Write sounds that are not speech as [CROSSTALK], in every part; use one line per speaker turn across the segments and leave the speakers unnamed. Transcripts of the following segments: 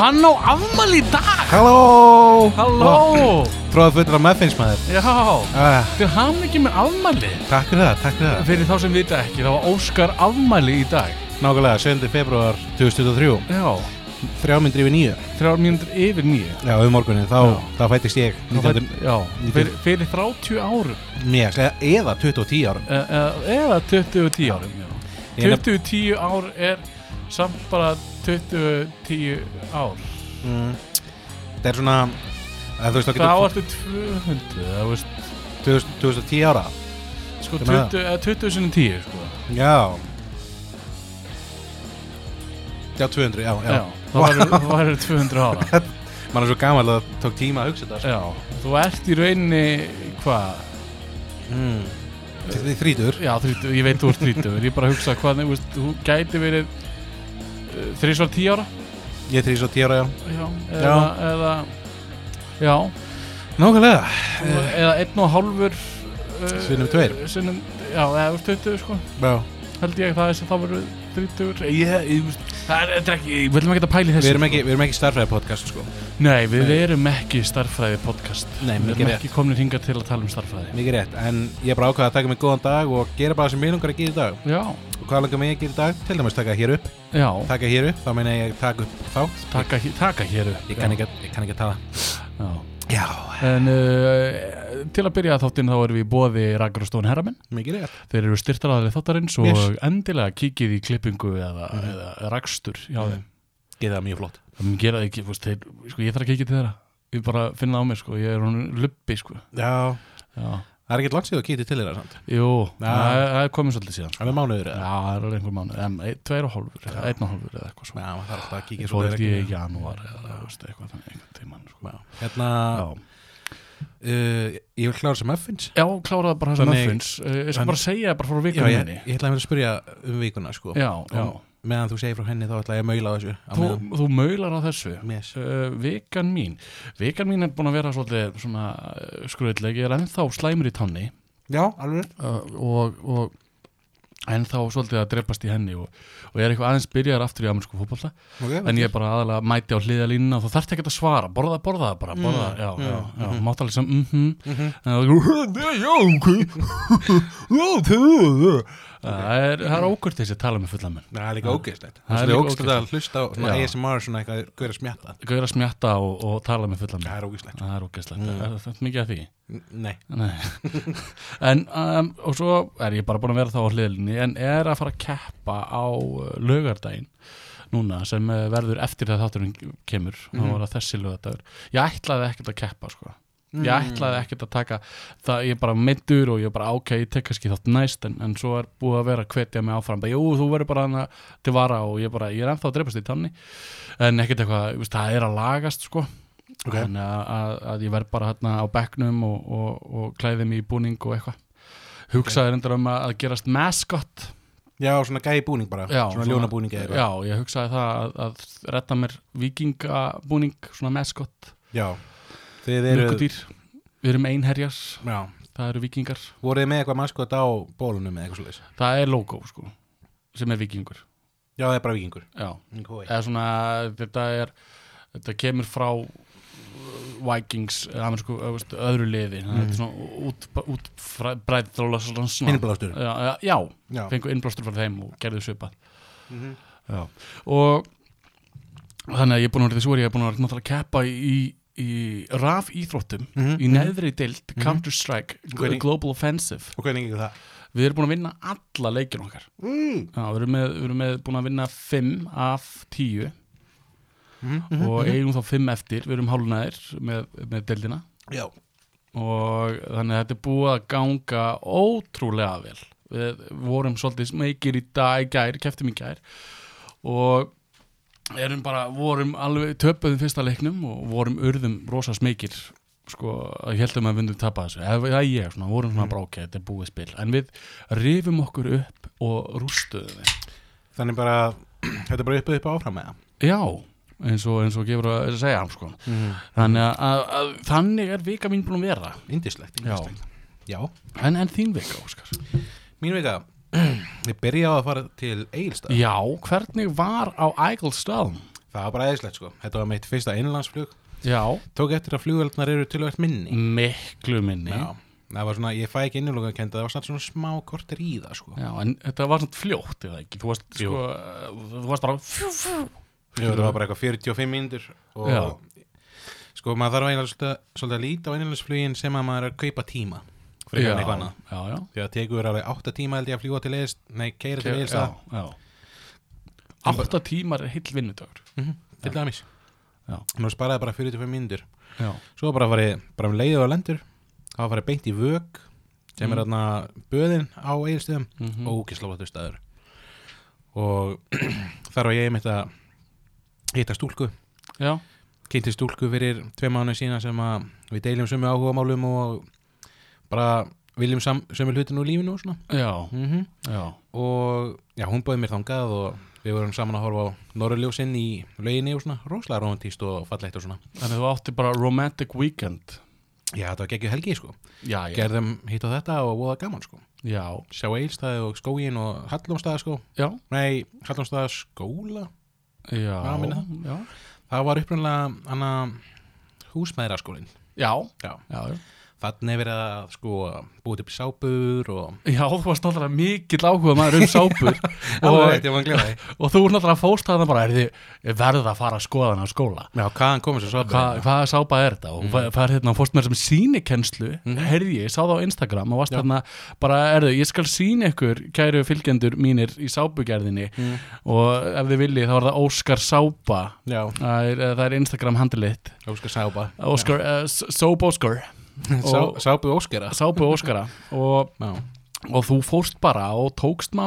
hann á afmæli í dag
Halló
Halló
Tróða fullra meðfinnsmaður
Já,
ah,
til hann ekki með afmæli
Takk fyrir það, takk fyrir það
Fyrir þá sem vita ekki, þá var Óskar afmæli í dag
Nákvæmlega, 7. februar 2023
Já,
Þrjámyndri yfir nýju
þrjár mínútur yfir nýju
Já, um morgunin, þá, þá fættist ég
Þá fætt-
19.
Já,
nítjándu-
fyrir, fyrir 30 árum
Mér, eða 20 og 10 árum
e- e- eða 20 og 10 árum já.
Ég nefn-
20 og 10 ár er samt bara 20 og 10 ár
mm. Það er svona að, Þú veist, þá
þá
getur
ertu 200 eða, þú veist,
2000 2010 ára
sko,
Hvað með
20, eða 20 sinni 10 sko.
Já Já, 200, já, já,
já, þá verður- [LAUGHS] þá verður 200 ára
Man er svo gammal að það tók tíma að hugsa þetta sko.
já, þú ert í rauninni hvað,
mm. Þið þrítur
já 30, ég veit þú ert 30 ég bara hugsa hvað, þú veist, þú gæti verið þrísvar 10 ára
Ég þrýs og 10 ára, já
já, eða, eða já,
Nákvæmlega
eða einn og hálfur uh,
Sinnum tveir.
sinnum, já, eða þú ert 20 sko
Já.
held ég það er sem þá verður 30 ég, ég, veist, það er, þetta er ekki, við viljum ekki að pæli
Við
þessu
erum
sko.
ekki, við erum ekki starfræði podcast sko.
nei, við
Nei.
erum ekki starffræði podcast
Nei,
við
mikið
erum
rétt.
ekki komnir hingað til að tala um starffræði
Mikið rétt, en ég bara ákvaða að taka mig góðan dag og gera bara sem ég langar að gera í dag
já,
Og hvað langar mig að gera í dag? Til dæmis taka hér upp
já,
Taka hér upp, þá meina ég taka upp þá
taka, hé- taka hér upp
Ég kann ekki, að- ég kann ekki að tala
já.
Já,
en uh, til að byrja þáttinn þá erum við í bóði Ragnarstón og Stón Herramenn
mikið rétt
þeir eru styrtaraðið þáttarins og
Yes. Mhm.
endilega kíkið í klippingu eða, eða rakstur hjá þeim
Geða það mjög flott
Það mun gera það ekki, fúst, þeir, sko, ég þarf að kíkja til þeirra Ég bara finna á mér, sko, ég er hún lubbi, sko
Já,
Já,
það er ekkert langt síðan að kýti til þeirra samt
jú,
Já.
það er- það er komið svolítið síðan sko.
Alveg mánuður
Já,
eða?
það er alveg einhver mánuð, en e- tveir og hálfur eða einn og hálfur eða eitthvað
Já,
svona
maður þarf alltaf að kíkja
Ég fór
svolítið
ekki í
reglulega.
janúar eða þú veist, eitthvað þannig einhvern tímann, sko
Já. Hérna,
Já,
uh, ég vil klára sem öffins
já kláraði bara þessum
Þannig-
öffins Ég
þannig-
skal bara segja bara frá
Já,
vikunni
ég,
minni.
ég ætla að vera að spyrja um vikuna sko
Já, já
Og Meðan þú segir frá henni þá ætla ég að maula á þessu á
Þú,
meðan.
þú maular á þessu
Yes.
Uh, vikan mín Vikan mín er búin að vera svolítið svona uh, skröðleg, ég er ennþá slæmur í tanni
Já, alveg rétt.
uh, og, og en þá svolítið að drepast í henni og, og ég er eitthvað aðeins byrjaðar aftur í amersku fótbolta
Ok,
en ég er bara aðalega mæti á hliðalínuna og þú þarft ekki að svara, borða, borða það bara borða,
Mm,
já,
mm,
já, já,
mhm.
mátt alveg sem mhm
Mhm.
en það er já, ok [LAUGHS] já, þú það er, það er ókvört þessi að tala með fulla menn
Nei, Það er líka ógeðslegt
Það
Það
er
er líka
líka
ógeðslegt að hlusta á svona
Já.
ASMR svona eitthvað hver að smjatta
gauðra smjatta og, og tala með fulla menn
Það er ógeðslegt
það er ógæslegt,
Mm.
það er þetta mikið að því
N- Nei
Nei. [LAUGHS] en um, og svo er ég bara búin að vera þá á hliðlinni en er að fara að keppa á uh, laugardaginn núna sem uh, verður eftir það þátturinn kemur mm
Mhm.
-hmm. þessi laugardagur ég ætlaði ekkert að keppa sko ég ætlaði ekkert að taka það ég er bara meittur og ég er bara "Ah, ok ég tek kannski þátt næst en, en svo er búið að vera að hvetja mig áfram bara jú þú verður bara hana til vara og ég, bara, ég er ennþá að dreipast í tanni en ekkert eitthvað þú veist, það er að lagast sko
Ok.
þannig að, að, að ég verð bara hérna á bekknum og, og, og klæði mig í búning og eitthvað hugsaði reyndar um að, að gerast maskott
Já, svona gæi búning bara Svona ljónabúning eða
já, ég hugsaði það að, að retta mér vikingabúning svona maskott,
eitthvað Já Þið eru
mjölkudýr við erum einherjar,
Já
það eru vikingar
Voruð þið með eitthvað maskot á bólunum eða eitthvað svolítið
það er logo sko, sem er vikingur
Já, það er bara vikingur
já,
Kói.
eða svona þetta er, þetta kemur frá uh, Vikings eða amerísku, eða, veist, öðru liði þannig að þetta er svona út, út bræðið þróla svona svona-
Innblástur.
já, já, já,
Já
fengu innblástur frá þeim og gerðu svipað
Mhm.
já. og þannig að ég er búin að vera þessu orði, ég er búin að vera náttúrulega að keppa í, í rafíþróttum
Mhm.
í neðri deild,
Mhm.
Counter Strike
Hvernig-
Global Offensive
Og hvernig gengur það?
við erum búin að vinna alla leikir okkar
Mm.
já, við, erum með, við erum með búin að vinna 5 af 10
Mhm,
og eigum þá fimm eftir, við erum hálunæðir með, með deildina
Já
og þannig að þetta er búið að ganga ótrúlega vel við vorum svolítið smekir í dag í gær, keftum í gær og erum bara, vorum alveg töpuðum fyrsta leiknum og vorum urðum rosa smekir sko, að heldum að við myndum tapa þessu eða það er ég, svona, vorum svona bara ok, þetta er búið spil en við rifum okkur upp og rústuðum þeim
Þannig bara [CLEARS THROAT] Þetta er bara upp upp og áfram með
já, eins og, eins og gefur að segja hann sko
það
Þannig að, að, að þannig er vika mín búin að vera
Indislegt
Já.
Já
En, en þín vika, Óskar
Mín vika Ég byrja á að fara til Egilstað
Já, hvernig var á Ægilstöðum?
Það var bara eðislegt sko. Þetta var mitt fyrsta innlandsflug.
Já,
Tók eftir að flugveldnar eru tilvægt minni.
miklu minni
Já. Það var svona, ég fæ ekki innlóka það var svona, svona smá kortir í það sko.
Já, en þetta var svona fljótt eða ekki, þú varst
Jú.
sko, þú varst bara fjú, fjú.
Jú, þetta var bara eitthvað 45 mínútur og
Já.
sko maður þarf eiginlega svolítið, svolítið að líta á innlandsflugin sem að maður er að kaupa tíma. Fyrir
já,
eitthvað annað.
já, já,
Því að tekur alveg 8 tíma held ég að fljúa til eðist, nei, keira til
Ke-
eðist
já, já. Átta tímar er heill vinnudagur
Mhm, til dæmis.
Já.
Nú sparaði bara 45 mínútur.
Já,
Svo bara farið, bara um leiðu á lendur, þá farið beint í vög sem er
Mm.
þarna böðin á eðistöðum
Mhm.
ógislega flottur staður og [CLEARS THROAT] þar var ég einmitt að hitta stúlku
já,
kynnti stúlku fyrir tvei mánu sína sem að við deilum sömu áhugamálum og bara viljum sam, sömu hlutin úr lífinu og svona
já,
mm
já.
og já, hún bauði mér þangað og við vorum saman að horfa á Norrljósinn í lauginni og svona rosalega romantíst og fallegt og svona
Þannig að þú átti bara romantic weekend
já, þetta var geggju helgi sko
Já, já,
gerðum hitt á þetta og voða gaman sko
já,
sjá eilstaði og skógin og Hallumstaða sko
já,
nei, Hallumstaða skóla
já,
Já, minna.
já,
Það var upprannlega hana húsmæðraskólinn.
já,
Já.
já, já.
Þannig er verið að sko búið upp sápur og...
Já, þú varst náttúrulega mikill áhuga maður um [LAUGHS] sápur og,
ég var að glemja því.
og þú er náttúrulega fóstaðan bara er þið verð að fara að skoða hann á skóla
Já, hvaðan komið svo sápur?
Hva, Hvaða sápa er þetta? Og mm. fær hérna og fórst mér sem sínikennslu mm. Herði, ég sá það á Instagram og varst þarna bara, erðu, ég skal síni ykkur kæru fylgjendur mínir í sápugerðinni og ef þið viljið þá er það Óskar Sápa
Já,
Það er, eh, það er Instagram handilitt
Óskar Sápa.
Óskar, uh, Sóp Óskar
Sá,
og-
sápu Óskara.
Sápu Óskara og,
Já,
og þú fórst bara og tókst má,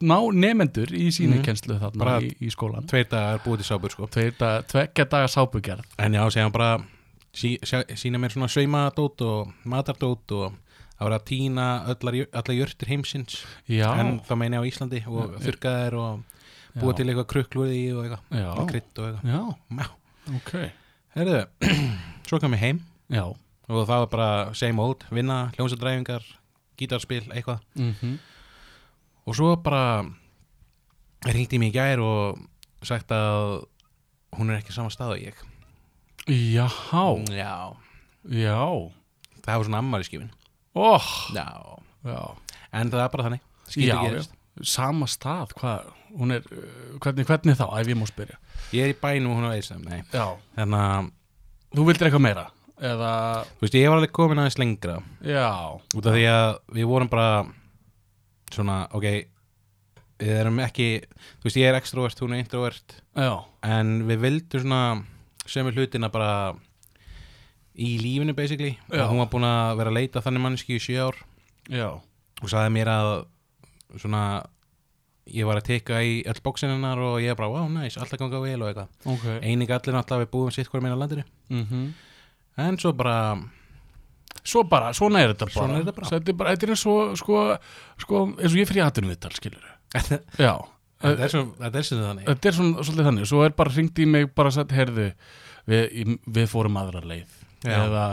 ná nefendur í sínikennslu þarna
Bara-
í, í skólan
tveir dagar búið til sápur sko.
Mhm. Tveir dag, tveggja daga sápugerð
En já, segja hann bara sí, sjá, sína mér svona sveimadót og matardót og það var að týna allar, jör- allar jörtir heimsins.
Já,
En þá meina ég á Íslandi og þurrka þær og búið
Já.
til eitthvað krukluði og eitthvað.
Já.
Og krydd og eitthvað.
já,
Já.
ok
Herðu, [CLEARS THROAT] svo kom ég heim
Já
og það var bara same old, vinna, hljómsundræfingar, gítarspil, eitthvað.
mm
Og svo bara ringdi mig í gær og sagt að hún er ekki á sama stað og ég.
Jáhá,
Já.
já
Það var svona ammæliskifin.
oh,
Já.
já,
En það er bara þannig. Skyldi
já, já.
gerist.
Sama stað, hvað hún er, uh, hvernig, hvernig þá, ef ég má spyrja
Ég er í bænum og hún er eðisam, nei.
Já,
Þannig að,
þú vildir eitthvað meira Eða,
þú veist, ég var alveg komin aðeins lengra.
já,
Út af því að við vorum bara svona, ok, við erum ekki, þú veist, ég er extrovert, hún er introvert.
já
en við vildum svona sömu hlutina bara í lífinu basically
Já.
og hún var búin að vera að leita að þannig manneski í sjö ár
Já,
og sagði mér að svona ég var að teka í öll bóksininnar og ég bara, wow, nice, alltaf ganga vel og eitthvað
ok
eining allir náttúrulega við búum sitt hverjum einu á landinu
mm
en svo bara, [LAUGHS]
Svo bara, svona er þetta bara
Svona er þetta bara.
Þetta er, bara, þetta er eins og, sko, sko eins og ég fyrir aðtunum við tal, skilur
þetta
Já,
er svona þetta er svona þannig
þetta er svona, svolítið þannig Svo er bara hringt í mig, bara sagt, heyrðu Við, í- við fórum aðra leið
Já.
eða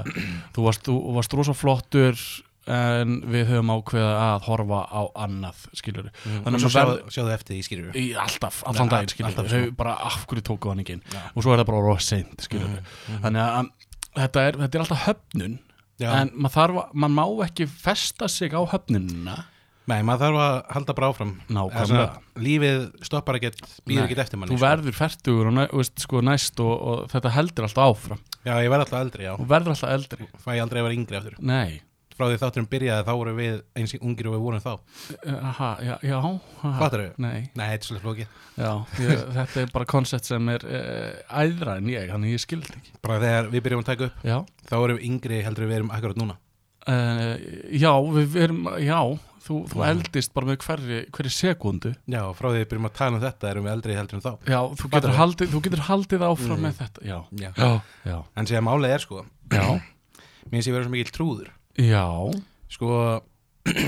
þú varst, þú varst rosa flottur en við höfum ákveða að horfa á annað, skilur
Mhm. Mm. og
þannig
svo
að verð,
sjáðu, sjáðu eftir því skýrur
í alltaf, allan
Ja,
daginn, skilur
alltaf, sko.
þau bara af hverju tóku hann ekki inn
Já. Mhm.
og svo er það bara rosa seint, skilur
Mm.
þannig að um, þetta er, þetta er alltaf höfnun
Já.
en maður þarf, að- maður má ekki festa sig á höfnunina
nei, maður þarf að halda bara áfram
Nákvæmlega.
Eða svona, lífið stoppar ekkert, býður ekkert eftir manni
þú verður fertugur og næ, veist, sko, næst og, og þetta heldur alltaf áfram
já, ég verð alltaf eldri, já,
og verður alltaf eldri
fæ ég aldrei að vera yngri aftur
nei,
frá því þátturum byrjaði þá vorum við eins ungir og við vorum þá
Eh, aha, já, já aha.
Fattarðu?
nei
Nei, þetta er svolítið flókið
Já, ég, þetta er bara koncept sem er uh, æðra en ég, þannig ég skildi ekki.
Bara þegar við byrjum að taka upp
Já,
þá erum við yngri heldur en við erum akkurat núna
uh, já, við, við erum, já, þú, þú eldist bara með hverri, hverri sekundu.
Já, frá því við byrjum að tala um þetta erum við eldri heldur en þá
Já, þú getur,
Fattarðu?
haldið, þú getur haldið áfram með þetta, já.
Já.
já,
En sem málið er sko
já,
Mér finnst ég vera svo mikill trúður
já,
Sko [CLEARS THROAT]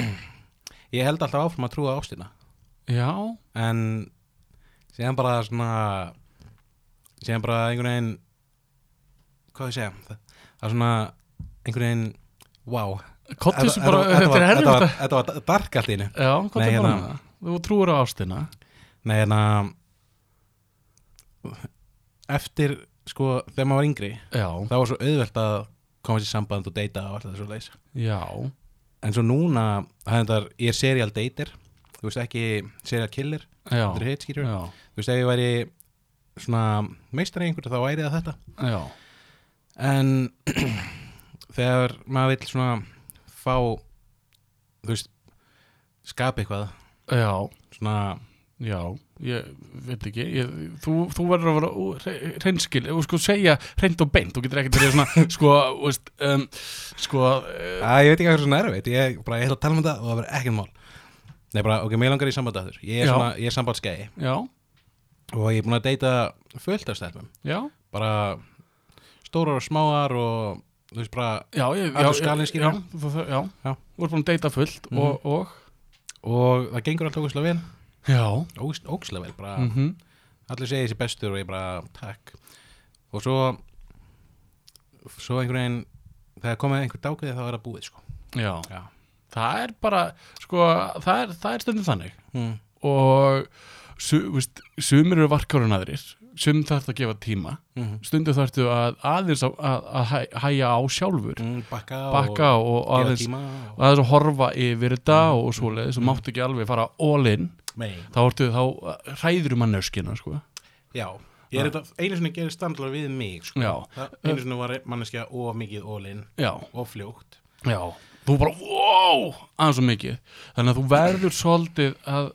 Ég held alltaf áfram að trúa á ástina
já,
En Síðan bara svona Síðan bara einhvern veginn Hvað á ég að segja Það, það er svona einhvern veginn Wow
kottu þessu bara,
var-
þetta er
var-
herfitt.
var- Þetta var dark allt í einu
Já, kottu
Nei,
bara
hérna.
með það. Þú trúir á ástina.
Nei, hérna eftir, sko, þegar maður var yngri
já,
það var svo auðvelt að koma sér samband og deyta og allt þetta svo leys
já,
en svo núna, það er þetta, ég er serial dater þú veist ekki serial killer
já,
þetta er hitt skýrur,
já,
þú veist ef ég væri svona meistari í einhverju þá væri það þetta
já,
en [CLEARS THROAT] þegar maður vill svona fá þú veist, skapa eitthvað
já,
svona,
já, ég veit ekki, ég, þú, þú verður að vera reynskil, þú sko segja reynd og beint, þú getur ekkert verið
[LAUGHS]
svona, sko, þú veist, um, sko, uh,
að ég veit ekki hvað er svona erfitt ég, bara, ég ætla að tala um þetta og það verður ekkert mál Nei, bara, ok, mér langar í sambandi aftur ég er,
Já.
svona, ég er sambandskei
já,
og ég er búin að deyta fullt af stelpum
já,
bara stórar og smáar og þú veist bara
já, ég,
Allur
já,
skalinn skýrir
já,
hann.
þú- þú- já,
Já. Mhm.
þú ert búin að deyta fullt og, og,
og það gengur alltaf ógislega vel
já,
Ógist- ógislega vel, bara
mhm,
allir segja þessi bestur og ég bara takk og svo svo einhvern veginn þegar komið einhver dákveði þá er það búið sko
já,
já,
það er bara, sko, það er, það er stundum þannig,
mm.
og su, veist, sumir eru varkáru en aðrir sum þarf að gefa tíma
Mm.
stundum þarftu að aðeins að, að, að hæ- hæja á sjálfur
Mm, bakka,
bakka Mhm. og, Mm. og
og gefa
aðeins
tíma
og
og...
aðeins að horfa yfir þetta og svoleiðis og máttu ekki alveg fara all in
Nei,
þá, ertu, þá hræður mann nöskina sko.
já Ég er þetta, einu sinni gerist standlar við mig sko.
Já.
Það- Einu sinni var manneskja of mikið ólinn
já,
og fljótt
já þú bara, wow, aðeins og mikið þannig að þú verður svolítið að,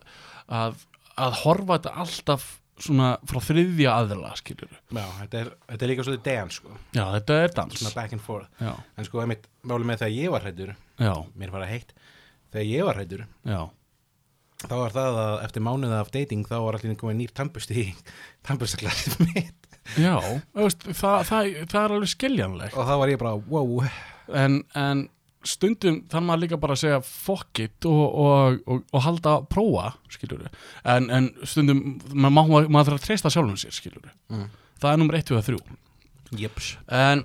að, að horfa þetta alltaf svona frá þriðja aðra skilur
Já, þetta er, þetta er líka svolítið degan sko
já, þetta er dans
Svona back and forth
já,
En sko, einmitt, máli með þegar ég var hrættur
já,
Mér var að heitt Þegar ég var hrættur
já
Þá var það að eftir mánuða af dating Þá var allir komið nýr tannbusti í [LAUGHS] Tannbustaklarið mitt
Já, þú veist, það, það, það er alveg skiljanlegt
Og þá var ég bara, wow
en, en stundum þarf maður líka bara að segja fuck it og, og, og, og halda að prófa, skilur en, en stundum, maður, má- maður, maður þarf að treysta sjálfum sér, skilur
Mm.
það er nummer 1 og 3
Jeps
en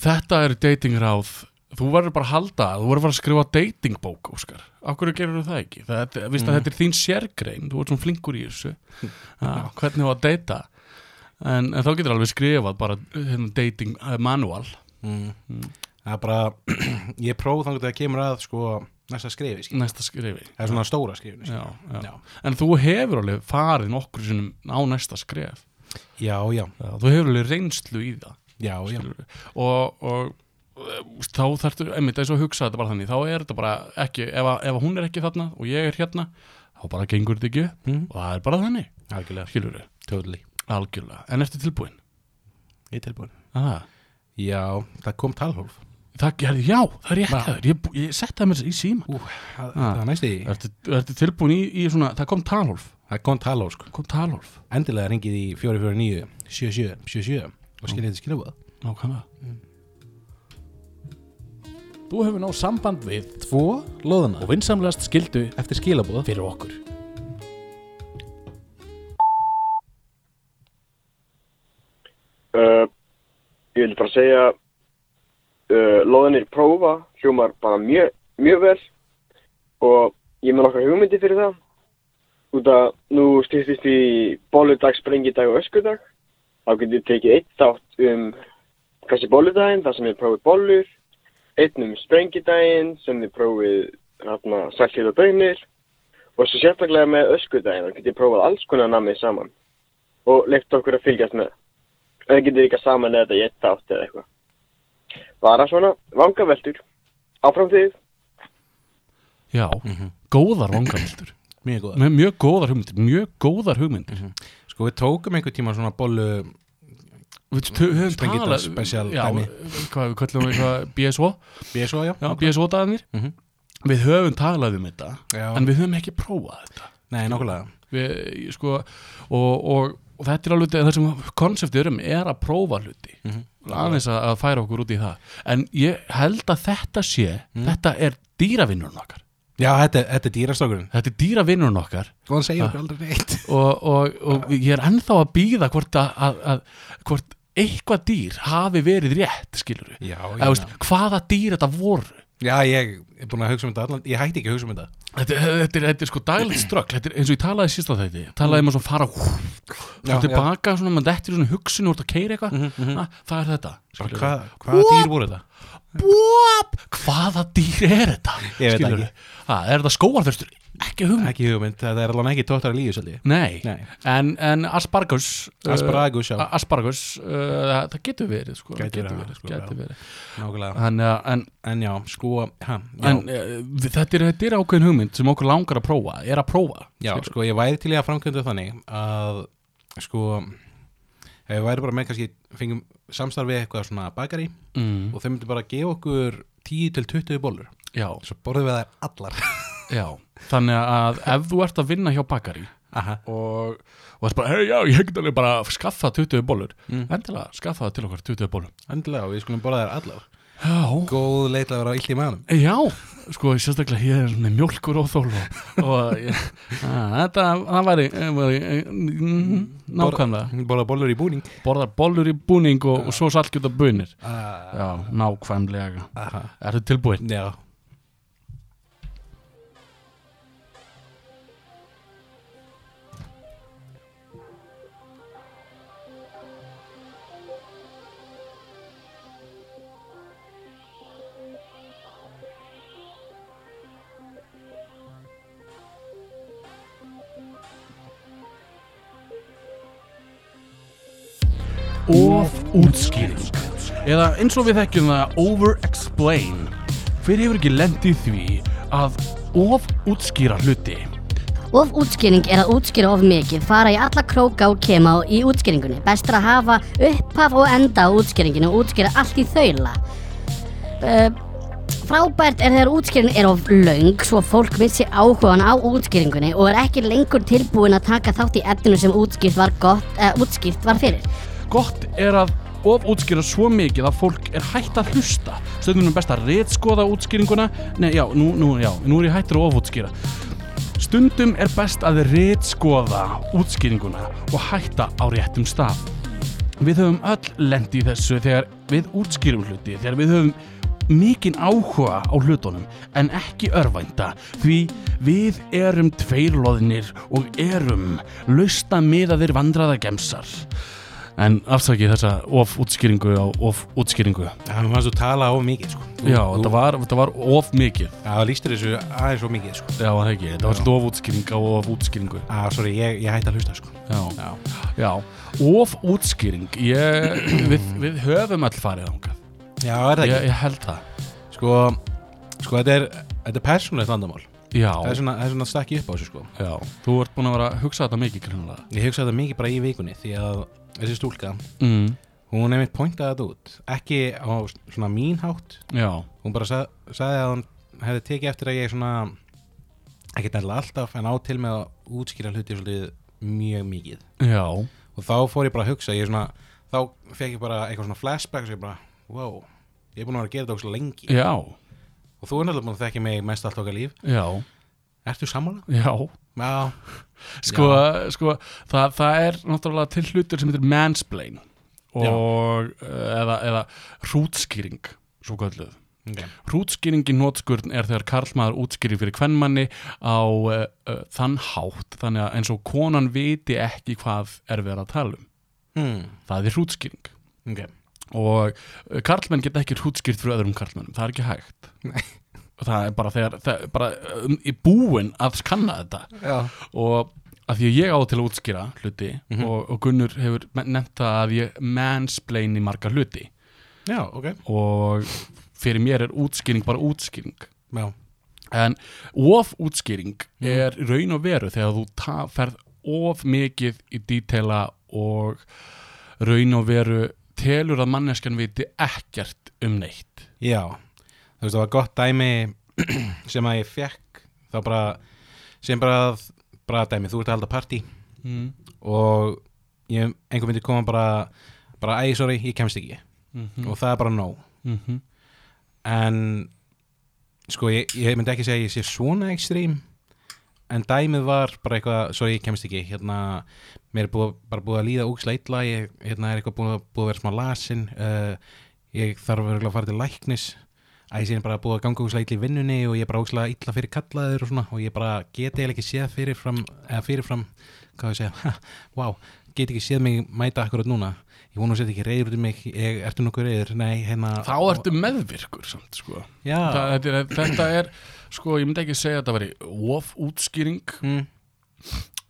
þetta er datingráð þú verður bara að halda, þú verður bara að skrifa datingbók, Óskar, af hverju gerur það ekki það er, víst að þetta er þín sérgrein þú ert svona flinkur í þessu ah, hvernig á að deyta en, en þá getur alveg skrifað bara hérna, dating uh, manual
mm. Það er bara, [CLEARS THROAT] ég próf þangur þegar kemur að sko Næsta skrifi, skil
næsta skrifi
Það er svona stóra skrifinu
já, já.
Já.
en þú hefur alveg farið nokkur sinnum á næsta skref
já, já,
já. þú hefur alveg reynslu í það
já, já.
skilurðu. og, og eh, úst, þá þarftu, einmitt eins og hugsa þetta bara þannig þá er þetta bara ekki, ef, að- ef að hún er ekki þarna og ég er hérna, þá bara gengur þetta ekki upp
Mm.
og það er bara þannig,
Algjörlega,
skilur við
totally
algjörlega, en ertu tilbúin
Ég er tilbúin
Aha.
Já, það kom talhólf
það gerði, já, það er rétt
Va-
að þér ég, bú- ég setti það mér í síma
Ú, það, það næst í
ertu, ertu tilbúin í, í svona, það kom talhólf
Það kom talhólf, sko
kom talhólf,
endilega ringið í 449 77 77 og skiljið þetta skilabóð
nákvæmlega Þú hefur náð samband við
Tvo loðuna
og vinsamlegast skildu
eftir skilabóð
fyrir okkur
Uh, ég vil bara segja uh, loðinir prófa hljómar bara mjög mjö vel og ég er með nokkra hugmyndi fyrir það út að nú stýrtist í bóludag, sprengidag og öskudag þá getur við tekið eitt átt um kannski bóludaginn þar sem við prófið bólur einn um sprengidaginn sem við prófið hérna, sælkjöld og bönir og svo sérstaklega með öskudaginn þá getur við prófað alls konar namið saman og leitt okkur að fylgjast með Það getur líka saman eða þetta ég þátt eða eitthvað. Bara svona, vangaveltur. Áfram þið.
Já,
Mhm.
góðar vangamöldur
mjög góð
með mjög góðar hugmyndir, mjög góðar hugmyndir
sko við tókum einhver tíma svona bollu
við tö- höfum
Spengidal
talað
special
já,
dæmi.
hvað við kallum eitthvað BSO
BSO já,
já, BSO dagarnir
Mhm.
við höfum talað um þetta
Já.
en við höfum ekki prófað þetta
nei nokkulega
við, sko, og, og, og þetta er alveg það sem konseptið er um er að prófa hluti
Mhm.
aðeins að, að færa okkur út í það en ég held að þetta sé
Mhm.
þetta er dýravinnurinn okkar
já þetta, þetta er dýrastokkurinn
þetta er dýravinnurinn okkar
og hann segir okkur aldrei neitt
og, og, og ég er ennþá að býða hvort, að, að, að, hvort eitthvað dýr hafi verið rétt, skilur við
já,
veist, hvaða dýr þetta voru
já ég er búin að hugsa um þetta allan ég hætti ekki að hugsa um þetta
Þetta, þetta, er, þetta er sko
[CLEARS THROAT]
daglegt strökk Þetta er eins og ég talaði síst á þetta Talaði um að svona fara Svo
Já, Mhm,
tilbaka, svona mann dettir í svona hugsun Úr að keira eitthvað, mm það er þetta
Bara
skilurðu.
hvað- Hvaða dýr voru þetta?
Bóp, hvaða dýr er þetta?
Ég veit
Skilurðu? Ha, Er þetta skóarþurstur? Ekki hugmynd
Ekki hugmynd, það er alveg ekki tóttar lífi svolítið
Nei,
Nei.
En, en Aspargus uh,
Asparagus, já.
Eh, a- Aspargus, uh, það, það getur verið sko,
Gæti
getur
verið,
verið,
sko,
getur
já.
verið.
Nákvæmlega
Þannig að en,
En já, sko, ha, já,
en, uh, þetta, er, þetta er ákveðin hugmynd sem okkur langar að prófa er að prófa
já
skilurðu.
sko, ég væri til í að framkvæmdu þannig að, sko, ef við væri bara með kannski, fengum samstarfið eitthvað svona bakari
mm,
og þau myndu bara að gefa okkur 10 til 20 bollur,
já,
svo borðum við þær allar.
já, þannig að ef þú ert að vinna hjá bakari
[LAUGHS] Aha,
og, og það er bara, hei já, ég get alveg bara skaffa 20 bólur, endilega skaffa það til okkar 20 bólur
endilega, við skulum borða þær allar.
já,
Góð leit að vera illt í maðanum.
Já, sko, sérstaklega ég er með mjölkur og þól og, og ég, [LAUGHS] að, þetta, það væri, eh, væri eh, mm, nákvæmlega
Borða bollur í búning.
borðar bollur í búning og, og svo salkjöta bunir
Ah,
Já, nákvæmlega
aha,
Ertu tilbúin?
já.
Of útskýring Eða eins og við þekkjum það over-explain Hver hefur ekki lendið því að of útskýra hluti
Of útskýring er að útskýra of mikið, fara í alla króka og kema í útskýringunni. Best er að hafa upphaf og enda á útskýringinu og útskýra allt í þaula. Uh, frábært er þegar útskýringin er of laung svo fólk missi áhugan á útskýringunni og er ekki lengur tilbúin að taka þátt í efninu sem útskýrt var, gott, uh, útskýrt var fyrir.
Gott er að of útskýra svo mikið að fólk er hægt að hlusta Stundum er best að reitskoða útskýringuna Nei, já, nú, nú, já, nú er ég hættur að of útskýra Stundum er best að reitskoða útskýringuna og hætta á réttum stað Við höfum öll lendi í þessu þegar við útskýrum hluti þegar við höfum mikinn áhuga á hlutunum en ekki örvænta því við erum tveirloðnir og erum lausta miðaðir vandraðagemsar En afsakið þessa of útskýringu á of útskýringu.
Það fannst þú tala of mikið, sko. Þú-
Já,
þú-
þetta var, þetta var of mikið.
Já, það lýstur þessu aðeins of mikið, sko.
Já, var það ekki. Þetta var svolítið of útskýring á of útskýringu.
Ah, sorry, ég, ég hætti að hlusta, sko.
Já,
Já.
já. Of útskýring. Ég, við, við höfum all farið ángað.
Já, er það ekki?
Ég, ég held það.
Sko, sko þetta er, þetta er persónlegt vandamál Það er
Já,
svona, það er svona stakki upp á þessu sko
já. Þú ert búin að vera að hugsa þetta mikið grunlega.
Ég hugsa þetta mikið bara í vikunni því að þessi stúlka,
Mm,
hún einmitt pointaði þetta út Ekki á svona mín hátt
já,
Hún bara sag, sagði að hún hefði tekið eftir að ég svona Ekki dæla alltaf en á til með að útskýra hluti svolítið mjög mikið
já,
Og þá fór ég bara að hugsa, ég svona Þá fekk ég bara eitthvað svona flashback og ég bara, wow Ég er búin að vera að gera þetta ókslega lengi
já,
Og þú er náttúrulega búin að þekki mig mest allt okkar líf
já,
Ertu sammála?
já.
Já,
sko, sko það, það er náttúrulega til hlutur sem heitir mansplain og, eh, eða, eða hrútskýring svo kalluð
ok
Hrútskýring í nótskurn er þegar karlmaður útskýrir fyrir kvennmanni á uh, uh, þann hátt þannig að eins og konan viti ekki hvað er verið að tala um
Hmm,
það er hrútskýring
ok.
og eh, karlmenn geta ekki hrútskýrt fyrir öðrum karlmennum, það er ekki hægt
Nei.
og það er bara þegar það er bara um, í búin að skanna þetta
Já.
og að því að ég á til að útskýra hluti og, og Gunnur hefur nefnt það að ég mansplaini marga hluti
Já, ok.
og fyrir mér er útskýring bara útskýring
Já.
en of útskýring er raun og veru þegar þú ta- ferð of mikið í dítela og raun og veru telur að manneskjan viti ekkert um neitt
Já. Þú veist, það var gott dæmi [CLEARS THROAT] sem að ég fekk, þá bara, sem bara, bara dæmi, þú ert að halda partí
mm.
og ég, einhver myndi koma bara, bara, æ, sorry, ég kemst ekki. Og það er bara nóg.
Mm -hmm.
En, sko, ég, ég myndi ekki segja að ég sé svona ekstrím, en dæmið var bara eitthvað, sorry, ég kemst ekki, hérna, mér er búið, bara búið að líða ógislega illa, ég, eh, hérna, er eitthvað búið, að- búið að vera smá lasin, uh, ég þarf örugglega að fara til læknis, að ég sé bara búið að ganga úslega illa í vinnunni og ég er bara úslega illa fyrir kallaður og svona og ég bara get eiginlega ekki séð fyrirfram eða fyrirfram, hvað á ég að segja [LAUGHS] wow, get ekki séð mig mæta akkurat núna ég vona að setja ekki reyður út í mig ég, ertu nokkuð reyður, nei, hérna
Þá ertu meðvirkur samt sko
já,
Þa, þetta, er, þetta er, sko, ég myndi ekki segja að þetta veri of útskýring
mm,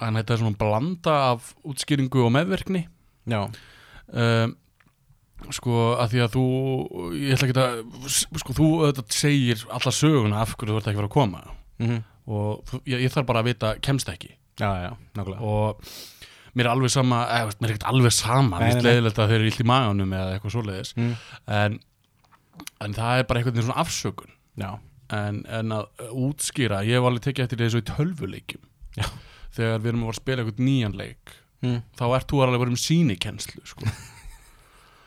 en þetta er svona blanda af útskýringu og meðverkni
Mm, já,
um, sko, að því að þú ég ætla ekki að, sko, þú auðvitað segir alla söguna af hverju þú ert ekki verið að koma
mm
og þú- ég, ég þarf bara að vita kemst ekki
já, já, nákvæmlega
og mér er alveg sama eða, þú veist, mér er ekkert alveg sama,
Nei,
mér er
nei, nei.
leiðilegt að þeir eru illt í maganum eða eitthvað svoleiðis
Mm.
en, en það er bara einhvern veginn svona afsökun
já,
en, en að uh, útskýra ég hef alveg tekið eftir þessu í tölvuleikjum
Já.
þegar við erum að fara að spila einhvern nýjan leik
mm.
þá ert þú alveg bara um sínikenslu
[LAUGHS]
sko.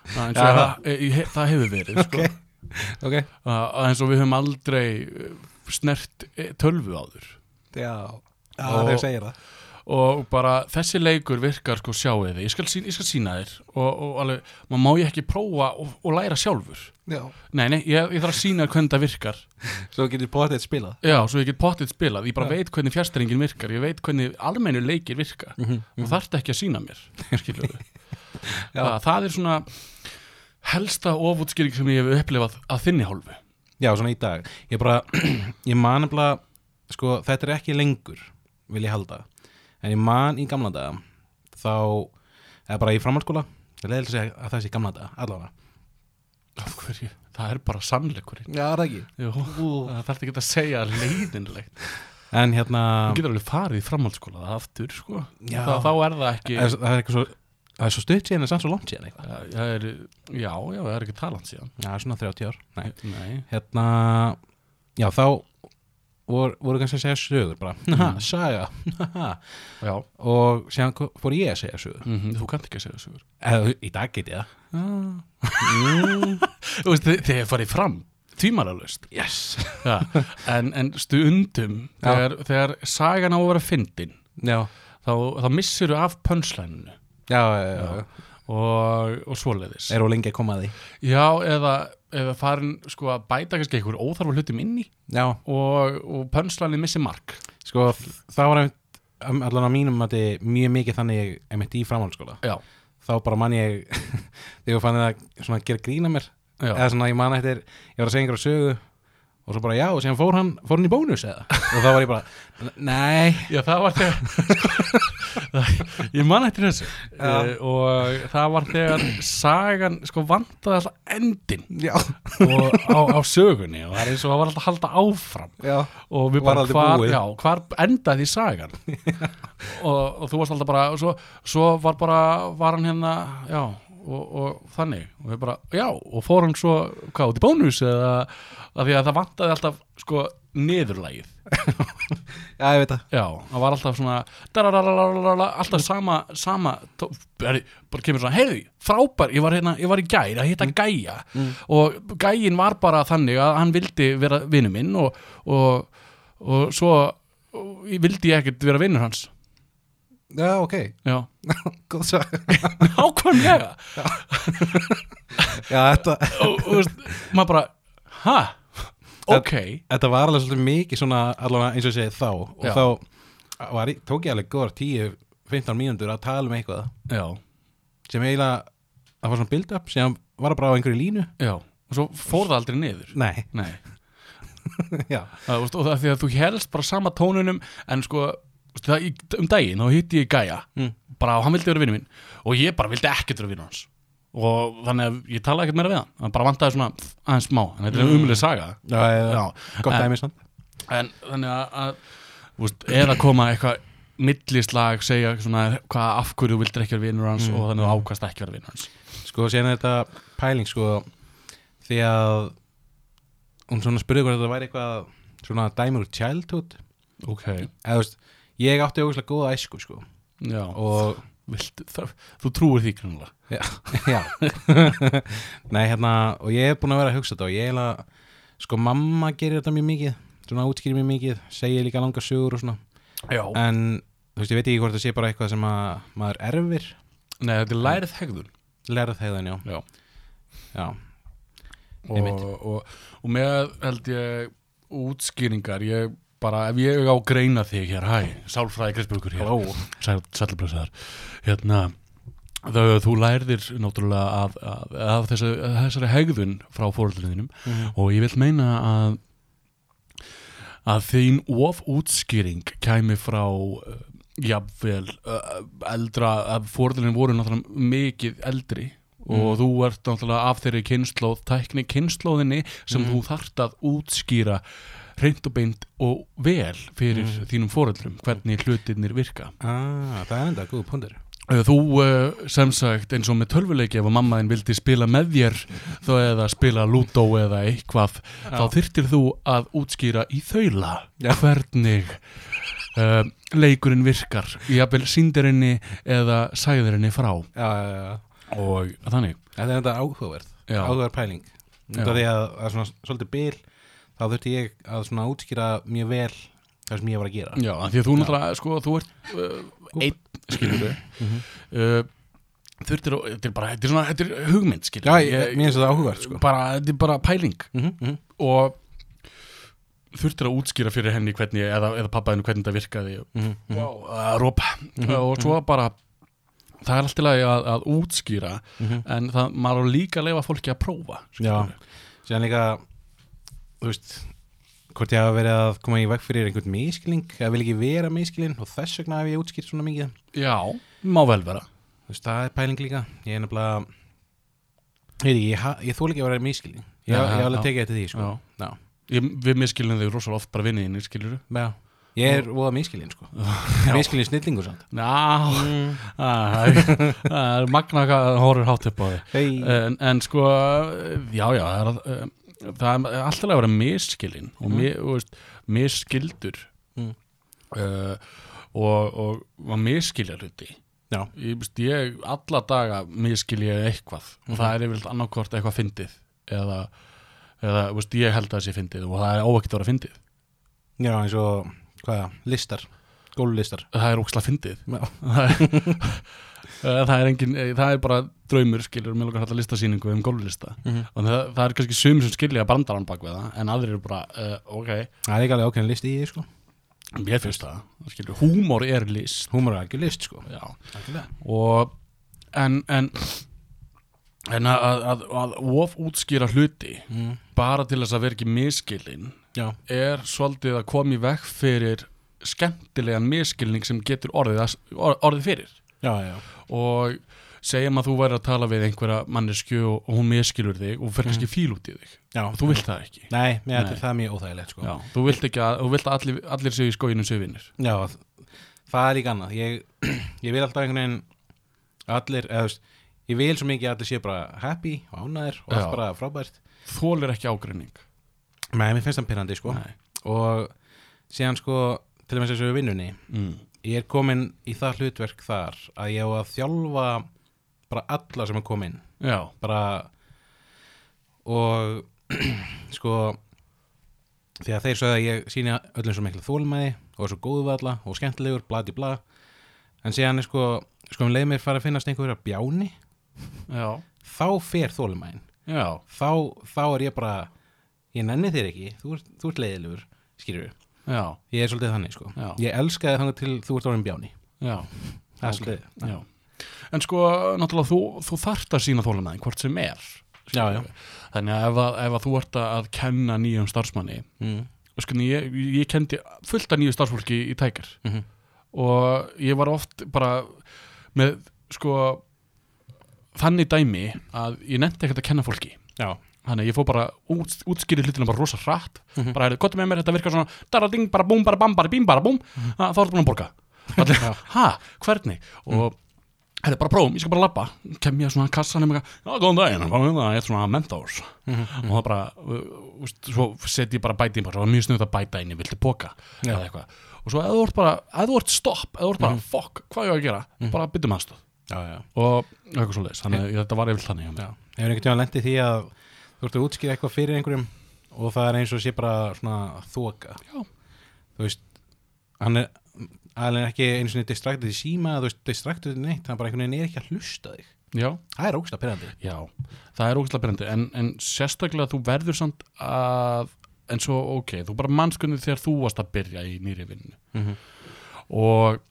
það, eins og
Já.
það, e- he- það hefur verið sko.
Ok. ok,
að, að eins og við höfum aldrei eh, snert eh, tölvu áður
já Já,
Og-
þegar þú segir það
og bara þessi leikur virkar sko sjáu þið, ég skal, sýn, ég skal sína þér og, og alveg, maður má ég ekki prófa og, og læra sjálfur,
Já.
nei nei, ég, ég þarf að sína þér hvernig það virkar
Svo getur potið spilað
já, svo ég get pottið spilað, ég bara veit hvernig fjastringin virkar, ég veit hvernig almennu leikir virka mm -hmm, og þarft ekki að sína mér skilur [LAUGHS] við
Já.
það, það er svona helsta ofútskýring sem ég hef upplifað að þinni hálfu
Já, svona í dag Ég bara, [CLEARS THROAT] ég man nefnilega Sko, þetta er ekki lengur Vil ég halda En ég man í gamla daga Þá, eða bara í framhalskóla Ég leiðilega segja að það sé gamla daga, allavega
af hverju, það er bara sannleikurinn
Já, það ekki
Jú, það þarf ekki að segja leiðinlegt
En hérna
Þú getur alveg farið í framhaldsskóla það aftur, sko.
Já.
Það, þá er það ekki,
er, Það er eitthvað svo Það er svo stutt síðan en samt svo langt síðan eitthvað
það er, já, já, það er ekki talan síðan.
Já, svona 30 ár Nei
Nei.
Hérna Já, þá voru, voru kannski að segja sögur bara Haha, saga Haha
Já,
Og síðan ko- fór ég að segja sögur
mm þú kannt ekki að segja sögur.
Eða, í dag get ég það
Þú veist, þið þið hefur farið fram, tvímaralust.
Yes
Já, en, en stundum,
Já.
þegar, þegar sagan á að vera fyndin,
Já,
þá, þá missir þú af pönslæninu
já, já, já, já.
og, og svoleiðis.
Er hún lengi að koma að því?
Já, eða, eða farin, sko, að bæta kannski einhver óþarfa hlutum inn í
Já,
og, og pönslæninu missir mark.
sko, það var einmitt, um, allan að mínum að þetta er mjög mikið þannig einmitt í framhaldsskóla
Já,
þá bara man ég [LAUGHS] þegar ég fann það svona að gera grína mér
já.
eða svona ég man eftir, ég var að segja einhverja sögu og svo bara já, og síðan fór hann fór hann í bónus [LAUGHS] eða og þá var ég bara, nei
Já, það var þegar [LAUGHS] Það- Ég man eftir þessu
Já.
e, og það var þegar sagan sko vantaði alltaf endin
Já,
og, á, á sögunni og það er eins og það var alltaf að halda áfram
já,
og við
Var
bara
aldrei
hvar,
búið.
já, hvar endaði
[LAUGHS]
sagan og, og þú varst alltaf bara og svo, svo var bara, var hann hérna já, og, og þannig og við bara, já, og fór hann svo hvað, út í bónus eða að því að það vantaði alltaf sko niðurlægið
já, ég veit það
Já, það var alltaf svona darararararara, alltaf sama, sama tó- er- bara kemur svona, heyrðu, frábær ég var, hérna, ég var í gæri að hitta gæja og gæjin var bara þannig að hann vildi vera vinnu minn og, og, og svo og, ég vildi ég ekkert vera vinnur hans
Já, ok, [LAUGHS]
Já,
góð saga
nákvæmlega
[LAUGHS] Já, þetta,
og, og veist, maður bara, ha, ok
þetta var alveg svolítið mikið svona allavega eins og ég segi þá og
Já.
þá var, ég- tók ég alveg góðar 10-15 mínútur að tala um eitthvað
Já,
sem eiginlega það var svona build-up sem var bara á einhverju línu
já, og svo fór það aldrei niður
nei,
Nei
[LAUGHS] já,
Það, veist, og það er því að þú helst bara sama tónunum en sko veist, það, í- um daginn þá hitti ég gæja
Mm.
bara og hann vildi vera vinnu minn og ég bara vildi ekkert vera vinnu hans og þannig að ég talaði ekkert meira við hann hann bara vantaði svona pff, aðeins smá en þetta er umulig saga
já, já, já.
Já,
gott
en-
dæmi samt
en þannig að, að þú veist, er að koma eitthvað millislag segja svona hvað af hverju þú vildir ekki vera vinnur hans og þannig að þú ákast ekki vera vinnur hans
sko, síðan er þetta pæling sko, því að hún svona spurði hvort þetta væri eitthvað svona dæmi úr childhood
ok
eða þú veist, ég átti ógæslega góða æsku sko,
já,
og
Viltu, það, þú trúir því grannlega
já, [LAUGHS] já. nei, hérna og ég er búin að vera að hugsa þetta og ég eiginlega sko, mamma gerir þetta mjög mikið svona útskýrir mjög mikið, segir líka langar sögur og svona
já,
en þú veist, ég veit ekki hvort það sé bara eitthvað sem að maður erfir
nei þetta er lærið hegðun
lærað hegðan, já,
já,
já.
og, og, og með held ég útskýringar ég bara, ef ég á að greina þig hér, hæ, sálfræði Kristbjörgur hér
Halló.
sælblöðsæðar hérna þau, þú lærðir náttúrulega af, af, af þessu, þessari hegðun frá fóröldinum og ég vil meina að að þín of útskýring kæmi frá uh, jafnvel uh, eldra, að fóröldinum voru náttúrulega mikið eldri og þú ert náttúrulega af þeirri kynnslóð tækni kynnslóðinni sem þú þart að útskýra reynd og beint og vel fyrir þínum fóreldrum hvernig hlutirnir virka
Ah, það er enda góð pundur
Eh, Þú eh, sem sagt eins og með tölvuleiki ef að mamma þinn vildi spila með þér þá eða spila lúdó eða eitthvað þá þyrtir þú að útskýra í þaula
Já.
hvernig uh, leikurinn virkar jafnvel síndirinni eða sæðirinni frá
Já, já, já, já
og þannig
Þetta er enda áhugaverð,
Já.
áhugaverð pæling
Já.
Það því að, að svona svolítið bil þá þurfti ég að svona útskýra mjög vel það sem ég var að gera
Já, af því að þú náttúrulega, sko, þú ert uh, einn, skilur við uh, Þurftir að, þetta er bara, þetta er svona, þetta er hugmynd, skilur
Já, ég, mér finnst þetta áhugavert sko
Bara, þetta er bara pæling
mm -hmm.
og þurftir að útskýra fyrir henni hvernig, eða, eða pappaðinu hvernig þetta virkaði
Mhm,
wow, að rópa og svo bara það er alltaf lagi að, að útskýra en það, maður á líka að leifa fólki að prófa
Mhm. Já,
skilurðu.
síðan líka þú veist hvort ég hafa verið að koma í veg fyrir einhvern miskilning eða vil ekki vera miskilning og þess vegna hef ég útskýrt svona mikið
Já, má vel vera
þú veist, það er pæling líka ég er nefnilega ég, veit ekki, ég, ha- ég þól ekki að vera miskilning ég,
Já,
ég hef
já.
alveg tekið þetta því sko
Já.
Já.
Ég, Við miskilum þau rosalega oft bara vinniðinni, skilur við
Já. Ég er voða miskilinn sko Miskilinn snillingur samt
Ná,
Mm.
það er- [LAUGHS] það er magna hvað þú horfir hátt upp á þig
Hey.
en, en sko, já, já það er, að- eh, það er alltaf að vera miskilin og mi, þú veist, miskildur
Mm.
Eh, og, og, og miskilja hluti
Já,
ég, veist, ég alla daga miskilja eitthvað og það er yfirlega annarkvort eitthvað fyndið eða, eða þú veist, ég held að það sé fyndið og það er óvægt að vera fyndið
já eins og hvaða, listar, gólulistar
það er óksla fyndið
Já,
[LAUGHS] það er- Eh, það er engin, eh, það er bara draumur skilur, mér lókar hægt að listasýningu um gólflista og það, það er kannski sum sem skilja brandarann bak við það, en aðrir eru bara uh, ok,
það er ekki alveg ákveðin list í því sko
mér finnst það skilur, húmor er list
Húmor er ekki list sko
já,
Algjörlega.
og en, en en að, að, að, að of útskýra hluti
Mm.
bara til þess að vera ekki miskilin
Já,
er svolítið að koma í vekk fyrir skemmtilegan miskilning sem getur orðið, að, or, orðið fyrir
já, já,
og segjum að þú væri að tala við einhverja mannesku og, og hún miskilur þig og fer kannski
Mm.
fíl út í þig
já.
og þú vilt það ekki
Nei, mér
Nei.
þetta er það mjög óþægilegt sko
Já, þú vilt ekki að, þú vilt að allir, allir séu í skóginum séu vinnir
Já, þ- það er líka annað Ég, [CLEARS THROAT] ég vil alltaf einhvern veginn að allir, eða þú veist Ég vil svo mikið að allir séu bara happy og ánæður og
Já.
allt bara frábært
þólir ekki ágreining
Nei, mér finnst það pyrrandi sko
Nei.
Og síðan sko, til dæmis þessu við vinnunni
mm.
ég er komin í það hlutverk þar að ég á að þjálfa bara alla sem er komin
Já,
bara og [CLEARS THROAT] sko því að þeir sögðu að ég síni öllum svo mikla þólmaði og svo góðu við alla og skemmtilegur, bladi bla en síðan er sko, sko um leið mér fara að finnast einhverja bjáni,
já,
þá fer þólmaðin
já
þá, þá er ég bara ég nenni þér ekki, þú ert, þú ert leiðilegur skýrur við,
Já,
ég er svolítið þannig sko
Já.
ég elskaði þannig til þú ert orðin bjáni
já,
það er svolítið
já En sko, náttúrulega, þú, þú þart að sína þólimaðin hvort sem er
Já, já.
Þannig að ef, að ef að þú ert að- að kenna nýjum starfsmanni
Mm.
Skunni, sko, ég, ég kendi fullt af nýju starfsfólki í tækir
Mhm.
og ég var oft bara með sko þannig dæmi að ég nefndi ekkert að kenna fólki
Já,
þannig að ég fór bara út, útskýrið hlutina bara rosa hratt bara heyrðu, gott með mér, þetta virkar svona dara ding, bara búm, bara bam, bara bím, bara búm mm. þá er búin að borga Allir, ha, hvernig og Herri, bara prófum, ég skal bara labba kem ég að svona kassan um eitthvað, já, góðan daginn hvað með það, ég er svona mentors og það bara, uh, úst, svo set ég bara bæti inn bara, það var mjög snuð að bæta inn ég vildi boka,
Já.
eða eitthvað og svo eða þú ert bara, eða þú ert stopp eða þú ert bara, fuck, hvað ég á að gera, bara byttum aðstöð
já, já.
og eitthvað svo leiðis, þannig að þetta var yfir þannig hjá mér.
já. Hefur einhvern tímann lendið því að þú ert að útskýra eitthvað fyrir einhverjum og það er eins og sé bara svona þoka.
Já.
Þú veist, hann er, aðlega ekki einu sinni distraktið í síma þú veist, distraktið í neitt, hann bara einhvern veginn er ekki að hlusta þig
já,
það er ógsta perandi
já, það er ógæslega byrjandi en, en sérstaklega þú verður samt að en svo ok, þú bara mannskunni þegar þú varst að byrja í nýri vinnu
Mhm.
og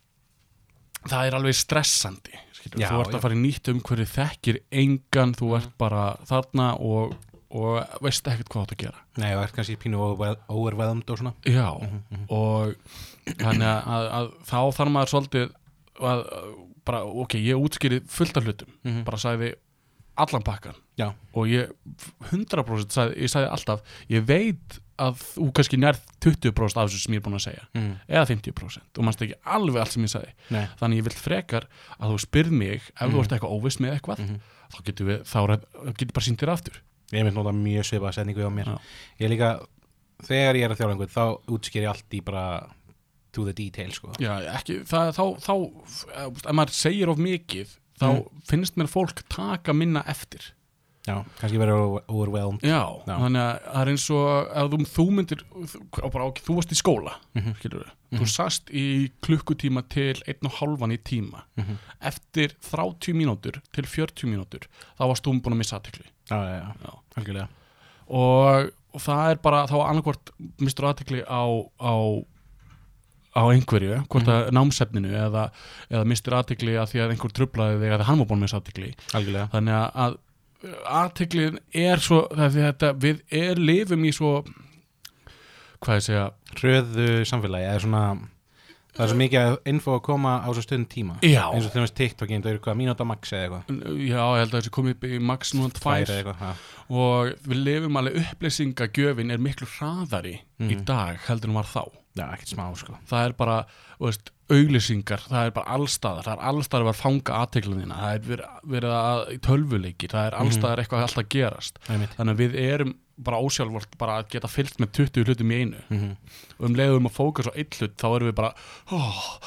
það er alveg stressandi skilur,
Já,
þú ert
já.
að fara í nýtt umhverju þekkir engan, þú ert bara þarna og, og veist ekkert hvað þú átt að gera
Nei, og er kannski pínu overwhel- overwhelmed og svona
Já, og þannig að, að, að þá þarf maður svolítið að, að bara, ok, ég útskýri fullt af hlutum
Mhm.
bara sagði allan pakkan
Já,
og ég 100% sagði, ég sagði alltaf ég veit að þú kannski nærð 20% af þessu sem ég er búin að segja
mm.
eða 50% og mannst ekki alveg allt sem ég sagði
nei,
þannig ég vil frekar að þú spyrð mig ef þú ert eitthvað óvist með eitthvað þá getur við, þá er- getur bara sýndir aftur
ég mynd nota mjög svipaða setningu á mér
Já.
Ég líka, þegar ég er að þjála einhvern þá útskýr ég allt í bara to the detail, sko
Já, ekki, það, þá, þá, ef maður segir of mikið, þá finnst mér fólk taka minna eftir.
Já, kannski verður over- overwhelmed
Já,
Já.
þannig að það er eins og að þú, þú myndir, þú, á bara, ok, þú varst í skóla, mm þú sast í klukkutíma til einn og halvan í tíma. Eftir 30 mínútur til 40 mínútur, þá varst þú búin að missa aðtekli.
Já, já, já,
Já.
algjörlega
Og, og það er bara, þá annarkvort mistur aðtekli á, á á einhverju, hvort að námsefninu eða, eða mistur aðtikli að því að einhver trublaði þig að hann var búin með aðtikli
Algjörlega
þannig að aðtiklin er svo það því þetta, við er lifum í svo hvað ég segja
Hröðu samfélagi, eða svona Það er svo mikið að info að koma á svo stund tíma
Já.
Eins og til dæmis TikTokin, það eru hvað, mínúta max eða eitthvað
já, ég held að þessi komið upp í max núna tvær
Tvær eða eitthvað, já
og við lifum alveg upplýsingagjöfin er miklu hraðari
Mhm.
í dag heldur en var þá
Já, ekkert smá, sko
það er bara, þú veist, auglýsingar það er bara allstaðar, það er allstaðar að vera að fanga aðteklinina, það er verið- verið að í tölvuleiki, það er
Mhm.
allstaðar eitthvað alltaf að gerast,
Einmitt.
þannig að við erum bara ósjálfvort bara að geta fyllt með 20 hlutum í einu og um leiðum að fókus á einn hlut þá erum við bara oh,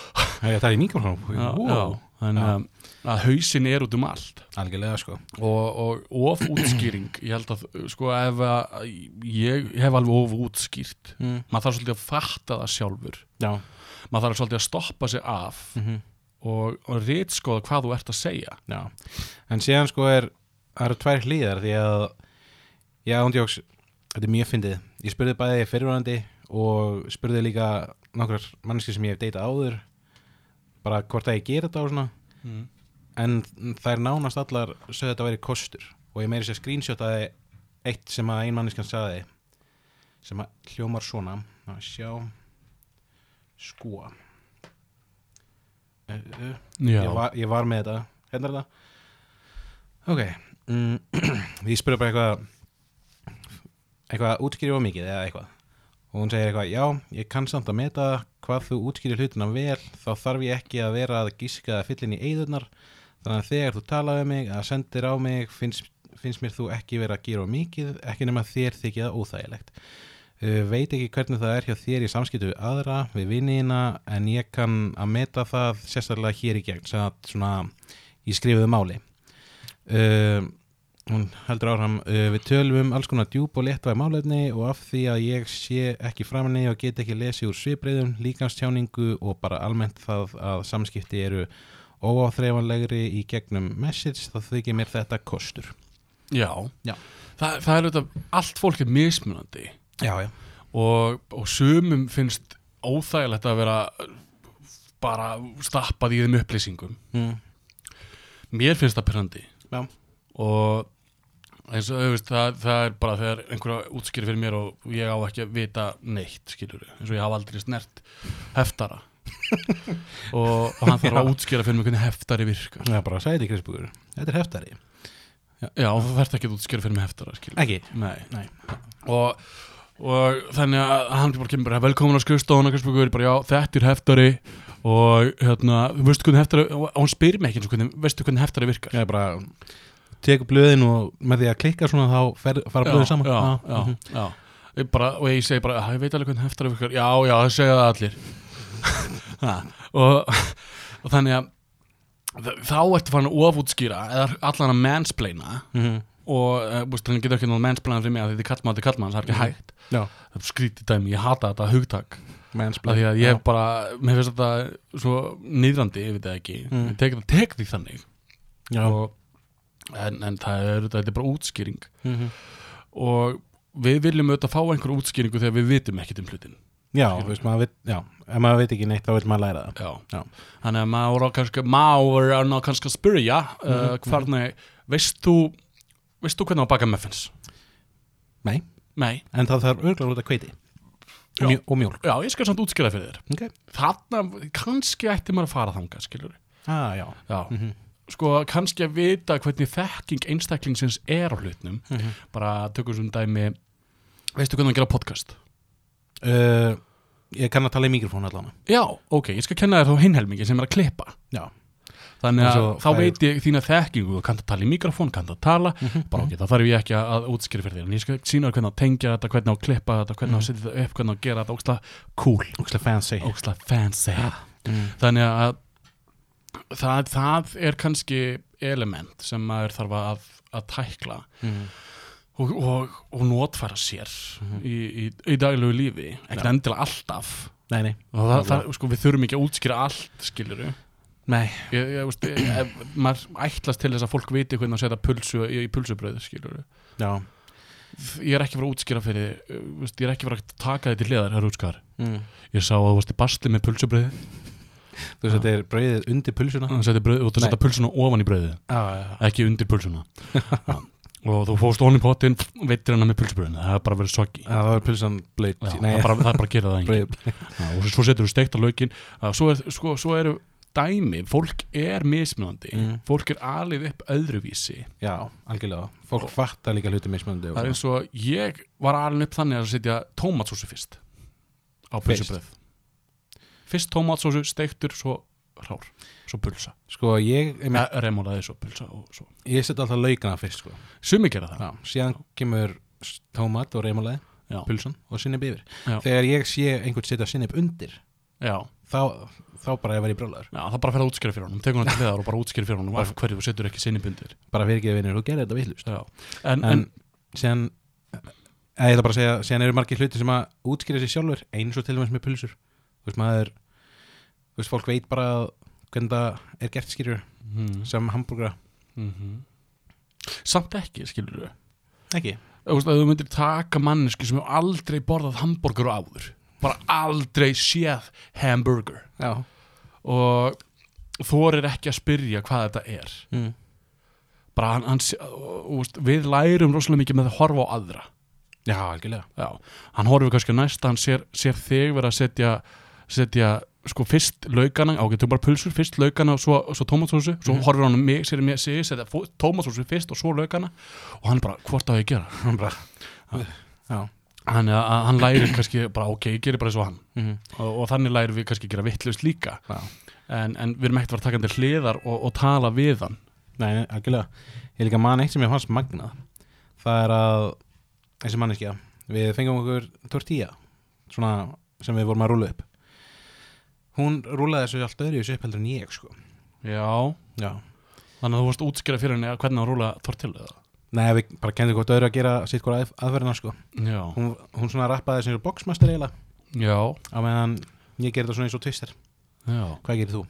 Æ, Það er í mikrofónum,
já, já,
wow
þannig að, að hausin er út um allt
Algjörlega, sko
og, og of útskýring ég held að sko ef að, ég hef alveg of útskýrt
Mm.
maður þarf svolítið að fatta það sjálfur
Já,
maður þarf svolítið að stoppa sig af
Mhm.
og, og rítskoða hvað þú ert að segja
Já, en síðan sko er það eru tvær hlýðar því að já, ándjóks, þetta er mjög fyndið ég spurði bæði fyrirvörandi og spurði líka nokkrar manneski sem ég hef deytað áður bara hvort að ég gera þetta og svona
Mm.
en þær nánast allar sögðu þetta væri kostur og ég meiri sér screenshotaði eitt sem að ein manneskan sagði sem að hljómar svona að sjá sko uh, uh, ég var, ég var með þetta hérna er þetta ok mm, [CLEARS THROAT] ég spurði bara eitthvað eitthvað útskýri of mikið eða eitthvað og hún segir eitthvað já, ég kann samt að meta hvað þú útskýri hlutina vel þá þarf ég ekki að vera að gíska að fyllin í eðurnar þannig að þegar þú talaði mig að sendir á mig finnst, finnst mér þú ekki vera að gera of mikið ekki nema þér þykja það óþægilegt Uh, veit ekki hvernig það er hjá þér í samskiptu við aðra, við vinniðina en ég kann að meta það sérstaklega hér í gegn sem að svona í skrifuðu máli uh, hún heldur áram uh, við tölum um alls konar djúb og léttvæg málefni og af því að ég sé ekki framinni og get ekki lesið úr svipriðum líkanstjáningu og bara almennt það að samskipti eru óáþreifanlegri í gegnum message þá þykir mér þetta kostur
Já.
Já.
Þa, það er auðvitað, allt fólk er mismunandi
já, já,
og, og sumum finnst óþægilegt að vera uh, bara stappað í þeim upplýsingum
mm.
mér finnst það pyrrandi
já.
og eins og auðvist það, það er bara þegar einhverja útskýri fyrir mér og ég á ekki að vita neitt skilur eins og ég hafa aldrei snert heftara og, og hann þarf að útskýra fyrir mér hvernig heftari virkar
Já, bara sæti Kristbúkur, þetta er heftari
já og það verður ekki að útskýra fyrir mér heftara skilur
ekki,
nei
nei
og, og þannig að hann bara kemur bara velkomin á skrifstofuna Kristbúkur, bara já, þetta er heftari og hérna, veistu hvernig heftari og og hann spyr mig ekki eins og hvernig, veistu hvernig heftari virkar
Já, bara tekur blöðin og með því að klikka svona þá fer, fara blöðin saman
já, já,
mhm.
já. Ég bara, og ég segi bara, "Ah, ég veit alveg hvernig heftari virkar já, já, það segja það allir Ha, og, [LAUGHS] og þannig að þ- þá ertu farin að ofútskýra eða allan að mansplaina
Mhm.
og eh, þú veist, hann
Mhm.
getur ekki náttúrulega mansplaina fyrir mig að þetta er kallmann, þetta er kallmann, það er ekki hægt
Já.
þetta er skrítið dæmi, ég hata þetta hugtak af því
Mansplaining.
að ég hef bara, mér finnst þetta svo nýðrandi, ég veit það ekki
Mm.
ég tek, tek því þannig
Já.
og, en, en það er, þetta er bara útskýring
Mhm.
og við viljum auðvitað fá einhver útskýringu þegar við vitum ekkert um hlutin
Já, þú veist, maður veit, já, ef maður veit ekki neitt þá vil maður læra það.
Já.
Já.
þannig að maður á kannski maður á ná kannski að spyrja
Mhm,
uh, hvernig, veist þú veist þú hvernig á að baka muffins?
Nei,
Nei,
en það þarf örglar út að kveiti.
Já.
Og, mjö, og mjólk.
já, ég skal samt útskýra fyrir þér
Ok.
þarna, kannski ætti maður að fara þangað skilur
Ah, já.
já, sko kannski að vita hvernig þekking einstaklingsins er á hlutnum bara tökum sem dæmi veistu hvernig að gera podcast?
Uh, ég kann að tala í mikrofónu allan.
Já, ok, ég skal kenna þér þá hinhelmingi sem er að klippa
Já.
Þannig að
Og svo
þá
fær-
veit ég þína þekkingu, þú kannt að tala í mikrofón, kannt að tala, bara ok, þá þarf ég ekki að útskýra fyrir þér, en ég skal sína þér hvernig að tengja þetta, hvernig að klippa þetta, hvernig að setja þetta upp, hvernig að gera þetta, óksla cool,
Úkslega fancy.
óksla fancy. Mm. Þannig að það, það er kannski element sem maður þarf að, að tækla
Mm.
og, og, og notfæra sér í, í, í daglegu lífi, ekkert endilega alltaf.
Nei, nei.
Og Það, það, sko, við þurfum ekki að útskýra allt, skilur
Nei.
ég, ég, veist, ef, maður ætlast til þess að fólk viti hvernig að setja pulsu í, í pulsubröð skilur
Já.
ég er ekki verið að útskýra fyrir þig, eh, veist, ég er ekki verið að taka þetta í hliðar herra útskar
Mm.
ég sá að þú varst í basli með pulsubröð
Þú veist, þetta er brauðið undir pulsuna.
þú ætti að setja pulsuna ofan í bröðið
Já,
ekki undir
[LAUGHS]
pulsuna Já. og þú fóst ofan í pottin og veitir hana með pulsubröðin það er bara verið soggi Já,
Það var pulsan blöyt.
það,
Nei,
er bara, það er bara að gera það engin
brauðið.
Já, og svo setur þú steikta lögin svo, er, sko, svo eru dæmi fólk er mismunandi
Mm.
fólk er alið upp öðruvísi
Já, algjörlega. Fólk fattar líka hluti mismöndi.
Sko. Það er eins og ég var alveg upp þannig að setja tómatsósu fyrst á
Fyrst?
pulsubröð Fyrst tómatsósu, steiktur, svo rár svo pulsa,
Sko, ég, ég,
ja, remolaði, svo pulsa og svo
ég seti alltaf laukana fyrst, sko.
Sumi gera það,
Já. Síðan kemur s- tómat og reymulaði,
já,
pulsan og sinneb yfir.
Já.
Þegar ég sé einhvern setja sinneb undir,
já,
þá, þá bara ég var í brjólaður.
já, það bara fer að útskýra fyrir honum tekur hann til hliðar og bara útskýra fyrir honum af hverju þú setur ekki sinni bundir
Bara fyrir ekki að vinur, þú gerir þetta villust.
já. En, en,
En síðan, eða ég ætla bara að segja, síðan eru margir hluti sem að útskýra sér sjálfur, eins og til og með með pulsur. Þú veist, maður, þú veist, fólk veit bara að hvernig það er gert skýrur
mm,
sem hambúrgra.
Mhm. samt ekki, skilur þau
Ekki.
Þú veist, að þú myndir taka manneski sem hefur aldrei borðað hambúrgur áður bara aldrei séð hamburger
Já.
og þorir ekki að spyrja hvað þetta er
Mm.
bara hann, hann sé- og- og veist, við lærum rosalega mikið með að horfa á aðra
Já, algjörlega.
Já. hann horfir kannski á næsta hann sér, sér þig vera að setja setja sko fyrst laukana á getur bara pulsur, fyrst laukana og svo, svo tómatsósu, svo
Mhm.
horfir hann á mig, sér mér sig, setja fó- tómatsósu fyrst og svo laukana og hann bara, hvort á ég að gera
[LAUGHS] Hann bara, já.
hann, eh, hann lærir kannski bara, ok, ég gerir bara eins og hann
Mm.
og, og þannig lærir við kannski að gera vittlust líka
Já.
en, en við erum ekkert að vera takandi hliðar og, og tala við hann
Nei, nei, algjörlega. Ég líka man eitt sem ég fannst magnað. Það er að, þessi manneskja, við fengum okkur tortilla, svona sem við vorum að rúla upp. Hún rúlaði þessu allt öðru þessu upp heldur en ég, sko.
Já,
Já.
þannig að þú varst að útskýra fyrir henni að hvernig að rúla tortillu eða?
Nei, við bara kendum hvort öðru að gera sitt hvort að, aðferðina, sko.
Já,
Hún, hún svona rappaði þessu boxmaster eiginlega,
já,
á meðan ég gerði þetta svona eins og tvistir.
já
Hvað gerir þú?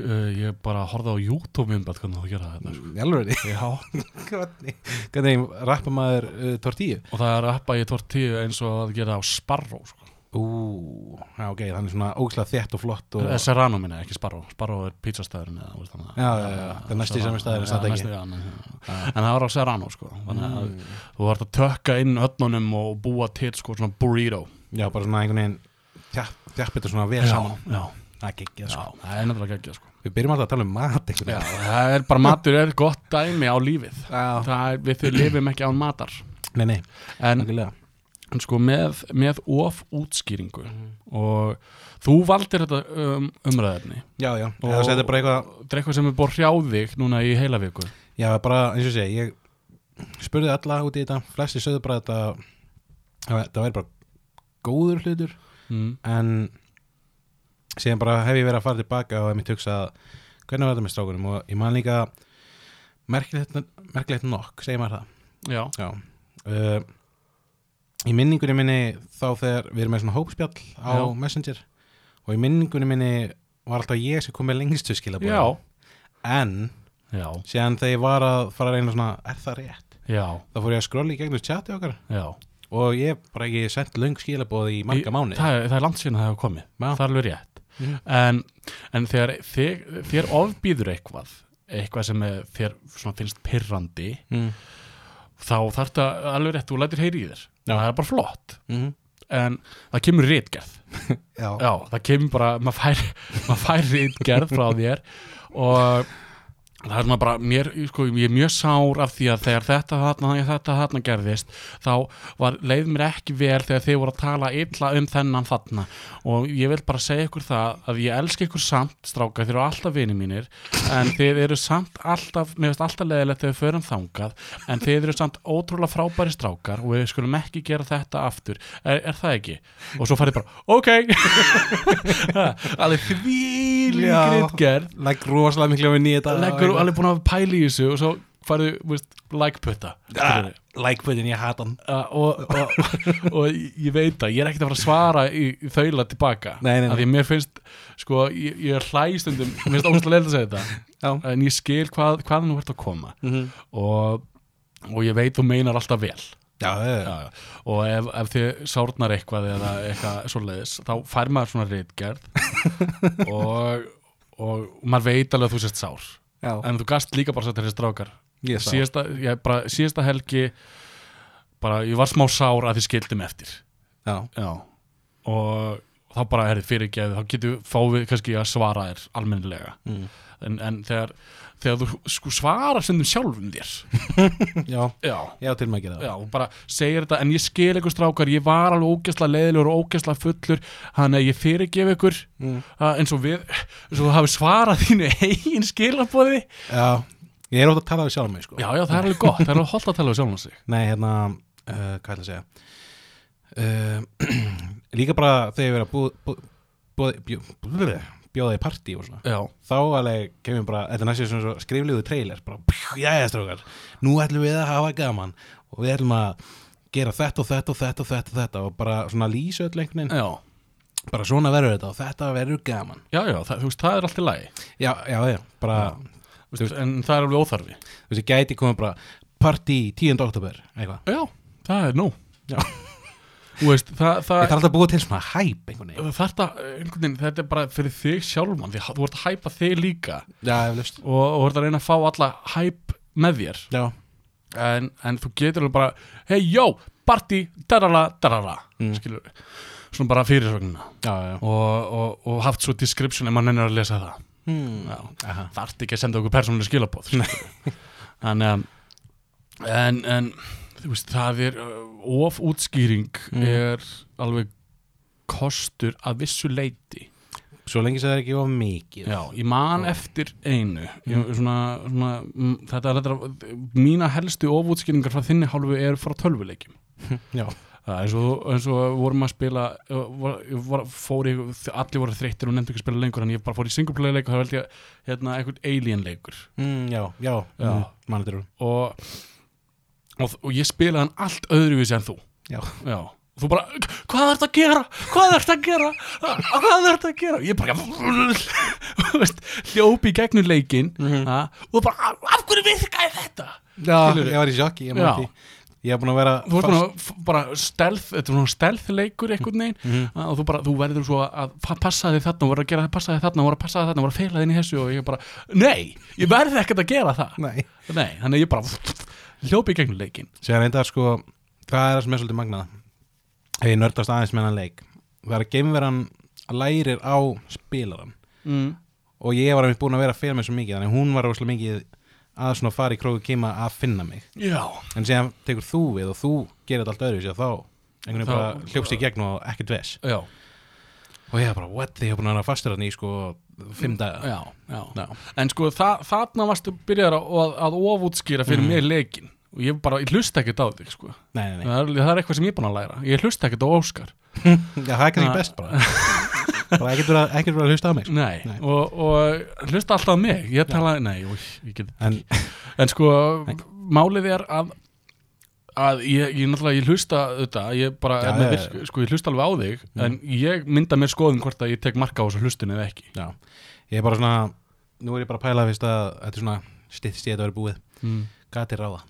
uh, Ég bara horfði á YouTube umbætt hvernig þú gera þetta sko.
Alveg,
Já,
[LAUGHS] hvernig, hvernig rappa maður uh, tortíu?
og það er appa í tortillu eins og að gera á Sparrow sko.
Ú, já, ok, þannig svona ógslag þétt og flott og...
Eh, Serrano minni, ekki Sparrow Sparrow er pizzastæðurinn eða, þú veist þannig
Já, já, já, það er næsti sami staðurinn, samt ekki. Mm.
En það var á Serrano sko Þannig að þú vart að tökka inn öllunum og búa til sko svona burrito
Já, bara svona einhvern veginn þjapp- þjapp þetta svona vel saman
já,
Það er geggjað
já,
sko
það er nefnilega geggja sko
Við byrjum alltaf að tala um mat einhvern
Já,
veginn
það er bara matur er gott dæmi á lífið
Já.
Það er, við þau lifum ekki án matar
Nei, nei,
en,
algjörlega
en sko með, með of útskýringu
Mhm.
og þú valdir þetta um, umræðefni
Já, já,
Og-
og... það er bara eitthvað
þetta er eitthvað sem er búið að hrjá þig núna í heila viku
Já, bara eins og sé, ég spurði alla út í þetta Flesti sögðu bara að þetta Það væri bara góður hlutur
mm.
En síðan bara hef ég verið að fara tilbaka og hef mér hugsað Hvernig var þetta með strákunum og ég man líka Merkilegt, merkilegt nokk, segir maður það
Já,
Já uh, Eh, í minningunni minni þá þegar við erum með svona hópspjall á
Já.
Messenger og í minningunni minni var alltaf ég sem kom með lengstu skilabóð
já,
en
já,
síðan þegar ég var að fara að reyna svona er það rétt?
já,
þá fór ég að skrolla í gegnum chati okkar
já
og ég hef bara ekki sendt löng skilabóð í marga
Í-
mánu
það, er- það er langt síðan að það hefur komið,
Já.
það er alveg rétt
Mhm.
en, en þegar þér, þér ofbýður eitthvað eitthvað sem er, þér svona finnst pirrandi
mm.
þá þarf það alveg rétt, þú lætir heyri í þér
Já.
það er bara flott
Mm.
en það kemur rítgerð
Já.
Mhm. já, það kemur bara, maður fær, [LAUGHS] maður fær rítgerð frá þér og það er svona bara, mér, sko, ég er mjög sár af því að þegar þetta þarna, þetta þarna gerðist þá var, leið mér ekki vel þegar þið voru að tala illa um þennan þarna og ég vil bara segja ykkur það að ég elska ykkur samt, stráka, þið eru alltaf vini mínir en þið eru samt alltaf, mér finnst alltaf leiðilegt þegar við förum þangað en þið eru samt ótrúlega frábæri strákar og við skulum ekki gera þetta aftur er, er það ekki? Og svo farið bara, ok [LAUGHS] alveg því
Já.
líkrið gerð
legg rosalega miklu við nýja þetta
leggur alveg búin að pæla í þessu og svo farðu, veist, like putta
ah, like button, ég hata hann
Uh, og, og, og ég veit að ég er ekkert að fara að svara í, í þaula tilbaka
Nei, nei, nei.
Af því að mér finnst, sko, ég, ég er hlæstundum mér finnst óslega leil að segja þetta
Já.
en ég skil hvað, hvað nú ert að koma
Mhm.
og, og ég veit þú meinar alltaf vel
já, já, já.
já, já. og ef, ef þið sárnar eitthvað eða eitthvað svoleiðis þá fær maður svona reitgerð
[LAUGHS]
og, og maður veit alveg að þú sést sár
Já.
en þú gast líka bara satt þessi strákar
Ég er sár.
síðasta, ég, bara, síðasta helgi bara ég var smá sár að þið skildum eftir
já.
já. og þá bara er þið fyrirgeð þá getur fáið við kannski að svara þér almennilega
Mm.
en, en þegar, þegar þú sko svarar sem sjálfum þér
já.
já
Ég á til maður að gera það
Já, og bara segir þetta, en ég skil ykkur strákar, ég var alveg ógæsla leiðilegur og ógæsla fullur, hann að ég fyrirgef ykkur, mm. eins og við, eins og þú hafi svarað þínu eigin skilabóði.
Já, ég er ótt að tala við sjálf mig sko
Já, já, það er alveg gott, það er alveg holdt að tala við sjálfum sig.
Nei, hérna, uh, hvað ætla að segja uh, [CLEARS THROAT] Líka bara þegar ég verið að bú, bú, bú, bjó, bjó, bjóða í partí og svona
Já,
Þá alveg kemur bara, þetta er næstu sem svo skrifliðu trailer bara, pjú, jæja strókar, nú ætlum við að hafa gaman og við ætlum að gera þetta og þetta og þetta og þetta og þetta og bara svona lýsa öll einhvern veginn
já,
bara svona verður þetta og þetta verður gaman
já, já það, þú veist, það er allt í lagi,
Já, já, já, bara,
Þú veist, en það er alveg óþarfi.
þú veist, ég gæti komið bara partí 10. oktober, eitthvað
Já, það er nú.
Já.
[LAUGHS] Þú veist, það, það,
Þetta er alltaf að búa til svona hæp einhvern veginn.
þetta, einhvern veginn, þetta er bara fyrir þig sjálfmann, því þú ert að hæpa þig líka
Já, eflaust.
og, og ert að reyna að fá alla hæp með þér.
Já.
en, en þú getur alveg bara hei, jó, party, darara, darara mm. skilur, svona bara fyrirsögnina
Já, já.
og, og, og haft svo description ef maður nennir að lesa það
Hmm.
Já.
Aha.
þarft ekki að senda okkur persónuleg skilabóð [LAUGHS] en, um, en, en þú veist, það er uh, of útskýring er alveg kostur að vissu leiti
Svo lengi sem það er ekki of mikið.
Já, ég man eftir einu ég, svona, svona, mm, þetta er þetta mína helstu ofútskýringar frá þinni hálfu er frá tölvuleikjum
Já.
Það er eins og, eins og vorum að spila uh, var, ég var, fór í, allir voru þreyttir og nefndi ekki að spila lengur en ég bara fór í single leik og það veldi ég hérna, einhvern alien leikur
Mm, já, já.
Já.
Mm, Manager.
og, og, og ég spilaði hann allt öðruvísi en þú
Já.
Já Og Þú bara, hvað ertu að gera? Hvað ertu að gera? Ah, Hvað ertu að gera? Ég bara, [LAUGHS] þú veist, hljópi í gegnum leikinn mm. og bara, af hverju virkaði þetta?
Mhm. Já,
Skilurðu?
Ah, ég var í sjokki, ég
Já.
mætti. Ég er búin að vera...
Þú veist bara, f- bara stelð, þetta er svona stelðleikur einhvern veginn
Mhm.
og þú bara, þú verður svo að fa- passa þig þarna og verður að gera það, passa þig þarna og verður að passa þig þarna og verður að feila þinn í þessu og ég bara, nei, ég verð ekkert að gera það.
Nei.
Nei, þannig að ég bara, [LAUGHS] hljópi í gegnum leikinn.
Sér reyndar sko, það er það sem er svolítið magnað. Ef ég nördast aðeins með hann leik. Það er að geimveran lærir á spilaran.
Mm.
Og ég var einmitt búin að vera að fela mig svo mikið, þannig að hún var rosalega mikið að svona fara í króku keima að finna mig.
Já.
en síðan tekur þú við og þú gerir þetta allt öðru sér þá einhvern veginn
Þá-
bara hljópst í gegn og ekkert ves
Já.
og ég er bara, what, ég hef búin að vera fastur hann í sko fimm daga
Já, já.
Já.
En sko þa þarna varstu byrjar að, að, að ofútskýra fyrir mér leikin og ég bara, ég hlusta ekkert á þig sko.
Nei, nei, nei,
það, er, það er eitthvað sem ég er búin að læra ég hlusta ekkert á Óskar
Já, það er kannski best bara bara ekkert verið að- ekkert verið að hlusta á mig sko.
nei.
Nei.
Og, og hlusta alltaf á mig ég tala, nei, új, ég get
en,
en sko, málið er að að ég, ég náttúrulega, ég hlusta þetta, ég bara,
Já,
er með
já,
virk, sko, ég hlusta alveg á þig en ég mynda mér skoðum hvort að ég tek marka á þessu hlustun eða ekki
Já, ég er bara svona Nú er ég bara að pæla fyrst að þetta er svona stittst ég þetta verið búið
mm.
Gat er ráða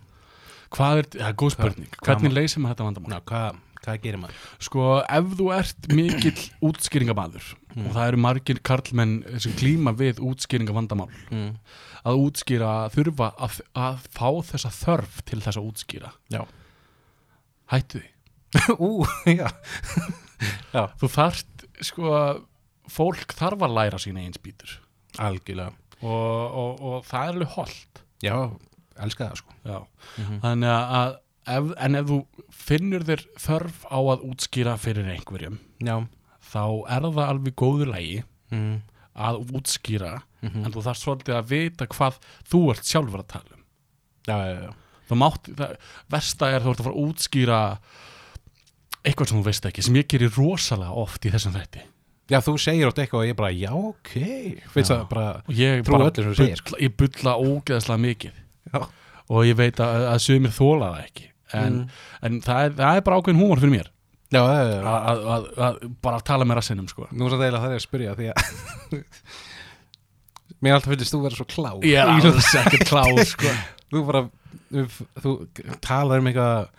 Hvað er, það er góð
Hvað-
spurning,
hvað
hvernig
má-
leysir maður þetta vandamál?
Ná, hvað, hvað gerir maður?
Sko, ef þú ert mikill útskýringamæður og það eru margir karlmenn sem klíma við útskýringavandamál
Mm.
að útskýra þurfa að, að fá þessa þörf til þess að útskýra
Já
hættu því,
[LAUGHS] Ú, já
þú þarft sko, fólk þarf að læra sína eins býtur
Algjörlega
og, og, og það er alveg holdt
Já, elska það sko
já, þannig að- að ef, en ef þú finnur þér þörf á að útskýra fyrir einhverjum
Já
þá er það alveg góðu lægi
mm.
að útskýra en þú þarft svolítið að vita hvað þú ert sjálfur að tala um
Já, já, já
þú mátt, það, versta er þú ert að fara að útskýra eitthvað sem þú veist ekki, sem ég gerir rosalega oft í þessum þætti
Já, þú segir átt eitthvað og ég bara, já, ok Finnst
Já.
það bara
og ég
Trúi
bara
öllu sem þú segir,
bulla, ég bulla ógeðslega mikið
Já.
og ég veit að, að sögumir þóla það ekki en, en það, er, það er bara ákveðin húmor fyrir mér
Já, já, já, já.
að, að, að, að bara að tala með rassinum sko.
Nú er það eiginlega það er að spyrja því að [LAUGHS] Mér er alltaf finnst þú vera svo klá
ég er alls ekkert klár sko.
Þú bara, þú, þú talar um eitthvað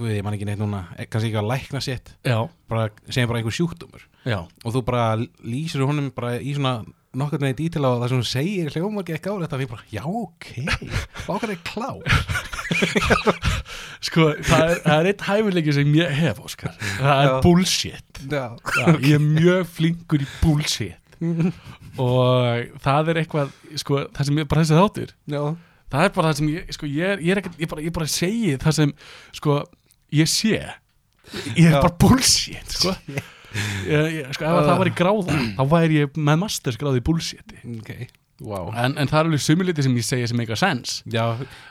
Guð, ég man ekki neitt núna eh, Kannski eitthvað lækna sétt
[LAUGHS] já,
bara, Segjum bara einhver sjúkdómur
já,
Og þú bara lýsir honum bara í svona Nokkurn veginn dítil á það sem hún segir Hljómar ekki ekki á þetta Og ég bara, já, ok [LAUGHS] Bákar er klá
sko það er, það er eitt hæfileiki sem ég hef Óskar. það er
Já.
bullshit
Já,
Já, ég er mjög flinkur í
[LAUGHS]
bullshit og það er eitthvað sko, það sem ég bara þessi þáttir
já,
það er bara það sem ég, sko, ég er, ég er ekkert ég bara, ég bara segi það sem sko, ég sé ég er
Já.
bara bullshit
[LAUGHS]
sko. ég, ég, sko, ef að það var í gráða
[CLEARS THROAT]
þá væri ég með mastersgráði í bullshiti
ok Wow
en, en það er alveg sumuliti sem ég segja sem eitthvað sens
Já,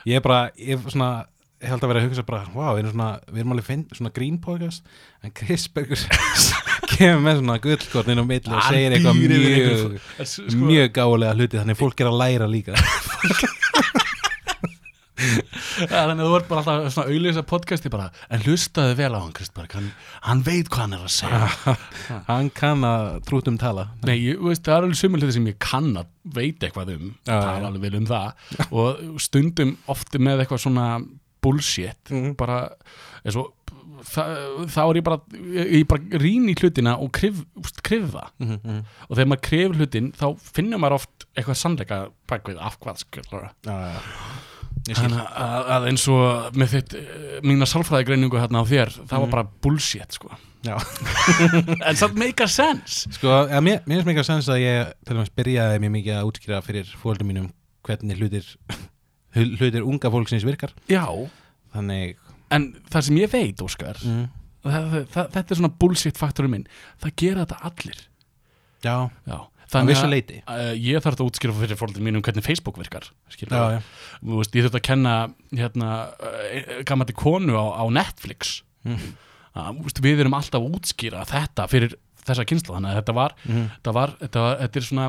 ég er bara, ég er svona ég held að vera að hugsa bara, wow, við erum svona við erum alveg finn, svona grín podcast en Chris Berger [LAUGHS] kemur með svona gullkornin á milli og
Hann
segir eitthvað
býr yfir
mjög,
einhverju- En s- sko-
mjög gálega hluti þannig fólk er að læra líka
Ja, Þannig að þú ert bara alltaf svona auðlýsa podcasti bara En hlustaðu vel á hann Kristberg Hann, hann veit hvað hann er að segja
hann kann að trútum tala
Ah, Nei, ég, þú veist, það er alveg sumir hluti sem ég kann að veit eitthvað um
Já,
Það er
já.
alveg vel um það Og stundum ofti með eitthvað svona bullshit Bara, eða svo það, Þá er ég bara, ég, ég bara rýn í hlutina og krif, úst, krifða Og þegar maður krif hlutin Þá finnur maður oft eitthvað sannleika Bakvið af hvað skilur
Já, já, já. Ég skil.
Þannig að, að eins og með þitt, eh, mína sálfræðigreiningu hérna á þér, það
Mhm.
var bara bullshit sko.
Já.
En það make a sense.
Sko, eða, mér, mér finnst mikið að sens að ég til dæmis byrjaði mjög mikið að útskýra fyrir fólkum mínum hvernig hlutir [LAUGHS] hlutir unga fólksins virkar
Já,
þannig
en það sem ég veit, Óskar,
mm.
það, það, það, þetta er svona bullshit faktorinn minn, það gera þetta allir.
já,
Já.
vissu leyti.
eh, ég þarf þetta að útskýra fyrir fólkið mínum hvernig Facebook virkar. skilurðu.
Já, já.
Þú veist, ég þurft að kenna hérna, eh, gammalli konu á, á Netflix.
Mm.
Að, þú veist, við erum alltaf að útskýra þetta fyrir þessa kynsla, þannig að þetta var
Mm.
þetta var, þetta var, þetta er svona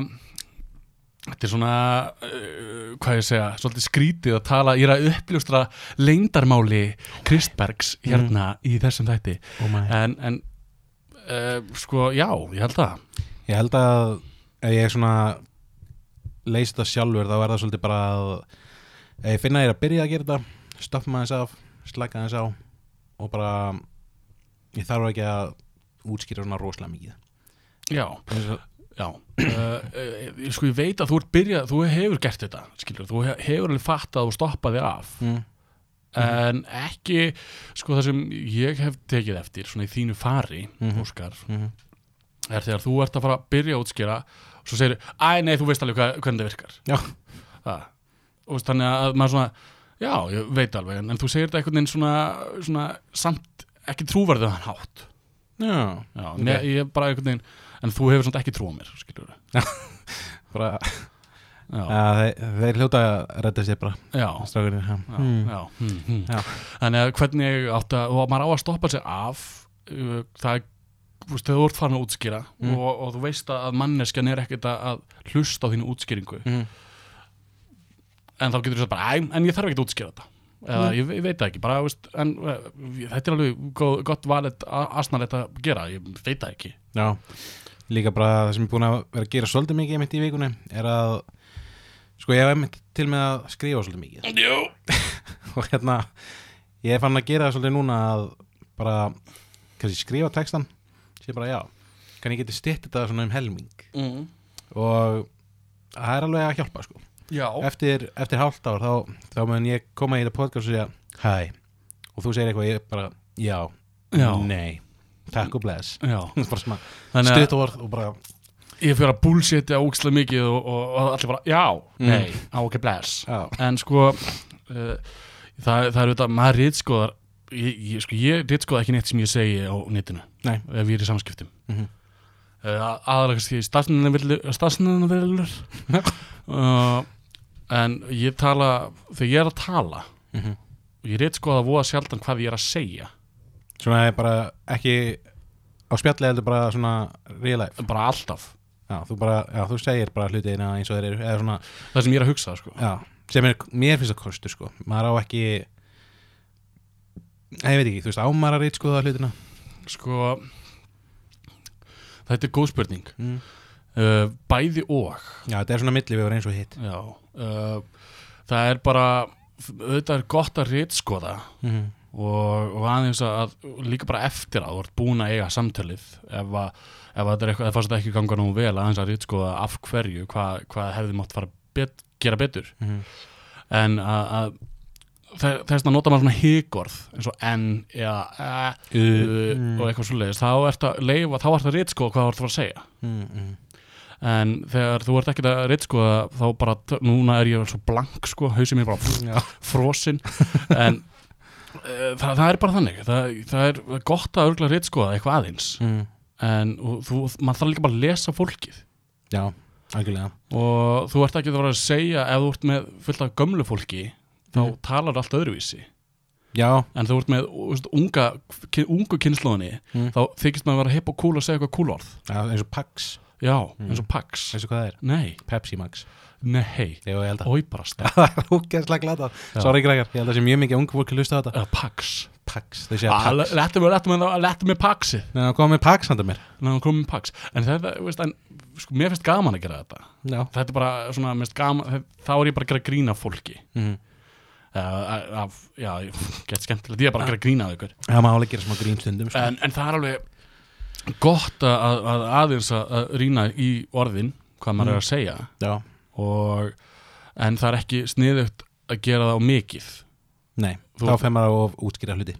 þetta er svona uh, hvað ég segja, svolítið skrítið að tala ég er að uppljóstra leyndarmáli Kristbergs
Mhm.
hérna í þessum þætti
Oh my.
en, en uh, sko, já, ég held það
Ég held að ef ég svona leysi þetta sjálfur þá er það svolítið bara að ef ég finna að ég er að byrja að gera þetta stoppa maður þess af, slaka þess á og bara ég þarf ekki að útskýra svona rosalega mikið
já,
Eins og-
já uh, uh, sko, ég veit að þú ert byrjað þú hefur gert þetta, skilur, þú he- hefur alveg fattað og stoppað þig af
mm.
en ekki, sko, það sem ég hef tekið eftir, svona í þínu fari Óskar,
mhm.
er þegar þú ert að fara að byrja að útskýra og svo segir, æ nei, þú veist alveg hvað, hvernig það virkar
Já,
það. og veist, þannig að maður svona já, ég veit alveg, en, en þú segir þetta einhvern veginn svona, svona samt ekki trúverðið hann hátt
já
já, okay. ég er bara einhvern veginn en þú hefur svona ekki trú á mér, skilur við
bara,
já,
að, þeir, þeir hljóta að redda sér bara
já,
strákurinn já.
já,
Mm.
já, hm, hm.
Já.
þannig að hvernig átt að, og maður á að stoppa sig af uh, það er þú veist, þegar þú ert farin að útskýra
Mm.
og, og þú veist að manneskjan er ekkert að- að hlusta á þínu útskýringu
Mm.
en þá getur þú sagt bara, æ, en ég þarf ekki að útskýra þetta eða ég, ve- ég veit það ekki bara, veist, en eh, þetta er alveg góð, gott valið asnalett að gera, ég veit það ekki
Já, líka bara það sem er búin að vera að gera svolítið mikið einmitt í vikunni er að, sko ég hef einmitt til með að skrifa svolítið mikið
Jú.
og hérna, ég er fann að gera það svolítið núna að bara, kannski skrifa textan, sé bara já, kann ég geti stytt þetta svona um helming
Mm.
og það er alveg að hjálpa sko.
Já,
Eftir, eftir hálft ár þá, þá mun ég koma í þetta podcast og segja hæ og þú segir eitthvað ég bara já,
Já.
nei, takk og bless. [LAUGHS]
já
bara svona
Þannig að
stutt orð og bara
ég fyrir að bullshitja ógislega mikið og, og, og allir bara,
Mm.
já, nei, á ok, bless
Já.
En sko, uh, það, það er auðvitað, maður rýtskoðar ég, ég, sko, ég rýtskoða ekki neitt sem ég segi á netinu
Nei.
ef ég er í samskiptum mm
Mhm.
aðalega kannski stafsnæðanverðlur
[LAUGHS]
uh, en ég tala þegar ég er að tala
Mhm.
ég reynd sko að voða sjaldan hvað ég er að segja
Svona er bara ekki á spjalli heldur bara svona real life
bara alltaf,
já, þú, bara, já, þú segir bara hlutina eins og þeir eru eða svona,
það sem ég er að hugsa sko.
já, sem er, mér finnst það kostur sko, maður á ekki Nei, ég veit ekki, þú veist, ámar að reyta skoða hlutina
sko þetta er góð spurning
Mm.
uh, bæði og
Já, þetta er svona milli við eins og hitt
já, uh, það er bara auðvitað er gott að reynd
mm.
og, og aðeins að líka bara eftir að þú ert búin að eiga samtalið ef að, ef að þetta er eitthvað, ef fannst þetta ekki ganga nú vel aðeins að rýtt sko af hverju hvað, hvað hefði mátt fara bet, gera betur
Mhm.
en að, að þe- þess að nota maður svona híkorð eins og enn eða eh, uh, og eitthvað svoleiðis þá ert að leifa, þá ert að rýtt sko hvað þú ert að fara að segja
Mm, mm.
en þegar þú ert ekkert að rýtt sko þá bara, t- núna er ég svo blank sko, hausinn mér bara
Já,
frosinn [LAUGHS] en uh, það, það er bara þannig það, það er gott að örgla rétt skoða eitthvað aðeins
mm.
en og, þú, maður þarf líka bara að lesa fólkið
já algjörlega
og þú ert ekki að vera að segja ef þú ert með fullt af gömlu fólki þá
Mhm.
talar allt öðruvísi
Já,
en þú ert með þú veist, unga, ki- ungu kynnslóðinni
Mhm.
þá þykist maður að vera hipp og cool að segja eitthvað cool orð
já, eins og Pax,
já, eins og Pax
veistu hvað það er?
nei,
Pepsi Max,
nei,
ég og ég held að
oi bara stað
Það er ógeðslega glata Sorry Gregar, ég held að sé mjög mikið ungu fólki hlusta á þetta
uh, Pax Ah,
Pax, þau segja Pax
Lættu mig, lættu mig, lættu mig Paxið
Nei, það komið Pax handa mér
Ná, komum paks En það, það, veist, en, sko, mér finnst gaman að gera þetta
Já
Þetta er bara svona, mér finnst gaman Þá er ég bara að gera grína fólki
Mhm.
uh, af, Já, ég- gett skemmtilegt Ég er bara að gera grína af ykkur
Það má alveg gera smá grín stundum sko.
en, en það er alveg gott að, að- að aðeins að að rýna í orðin Hvað maður er að segja
Já,
og, En það er ekki sniðugt að gera það á mikið
nei,
Þú-
þá fer maður að útskýra hluti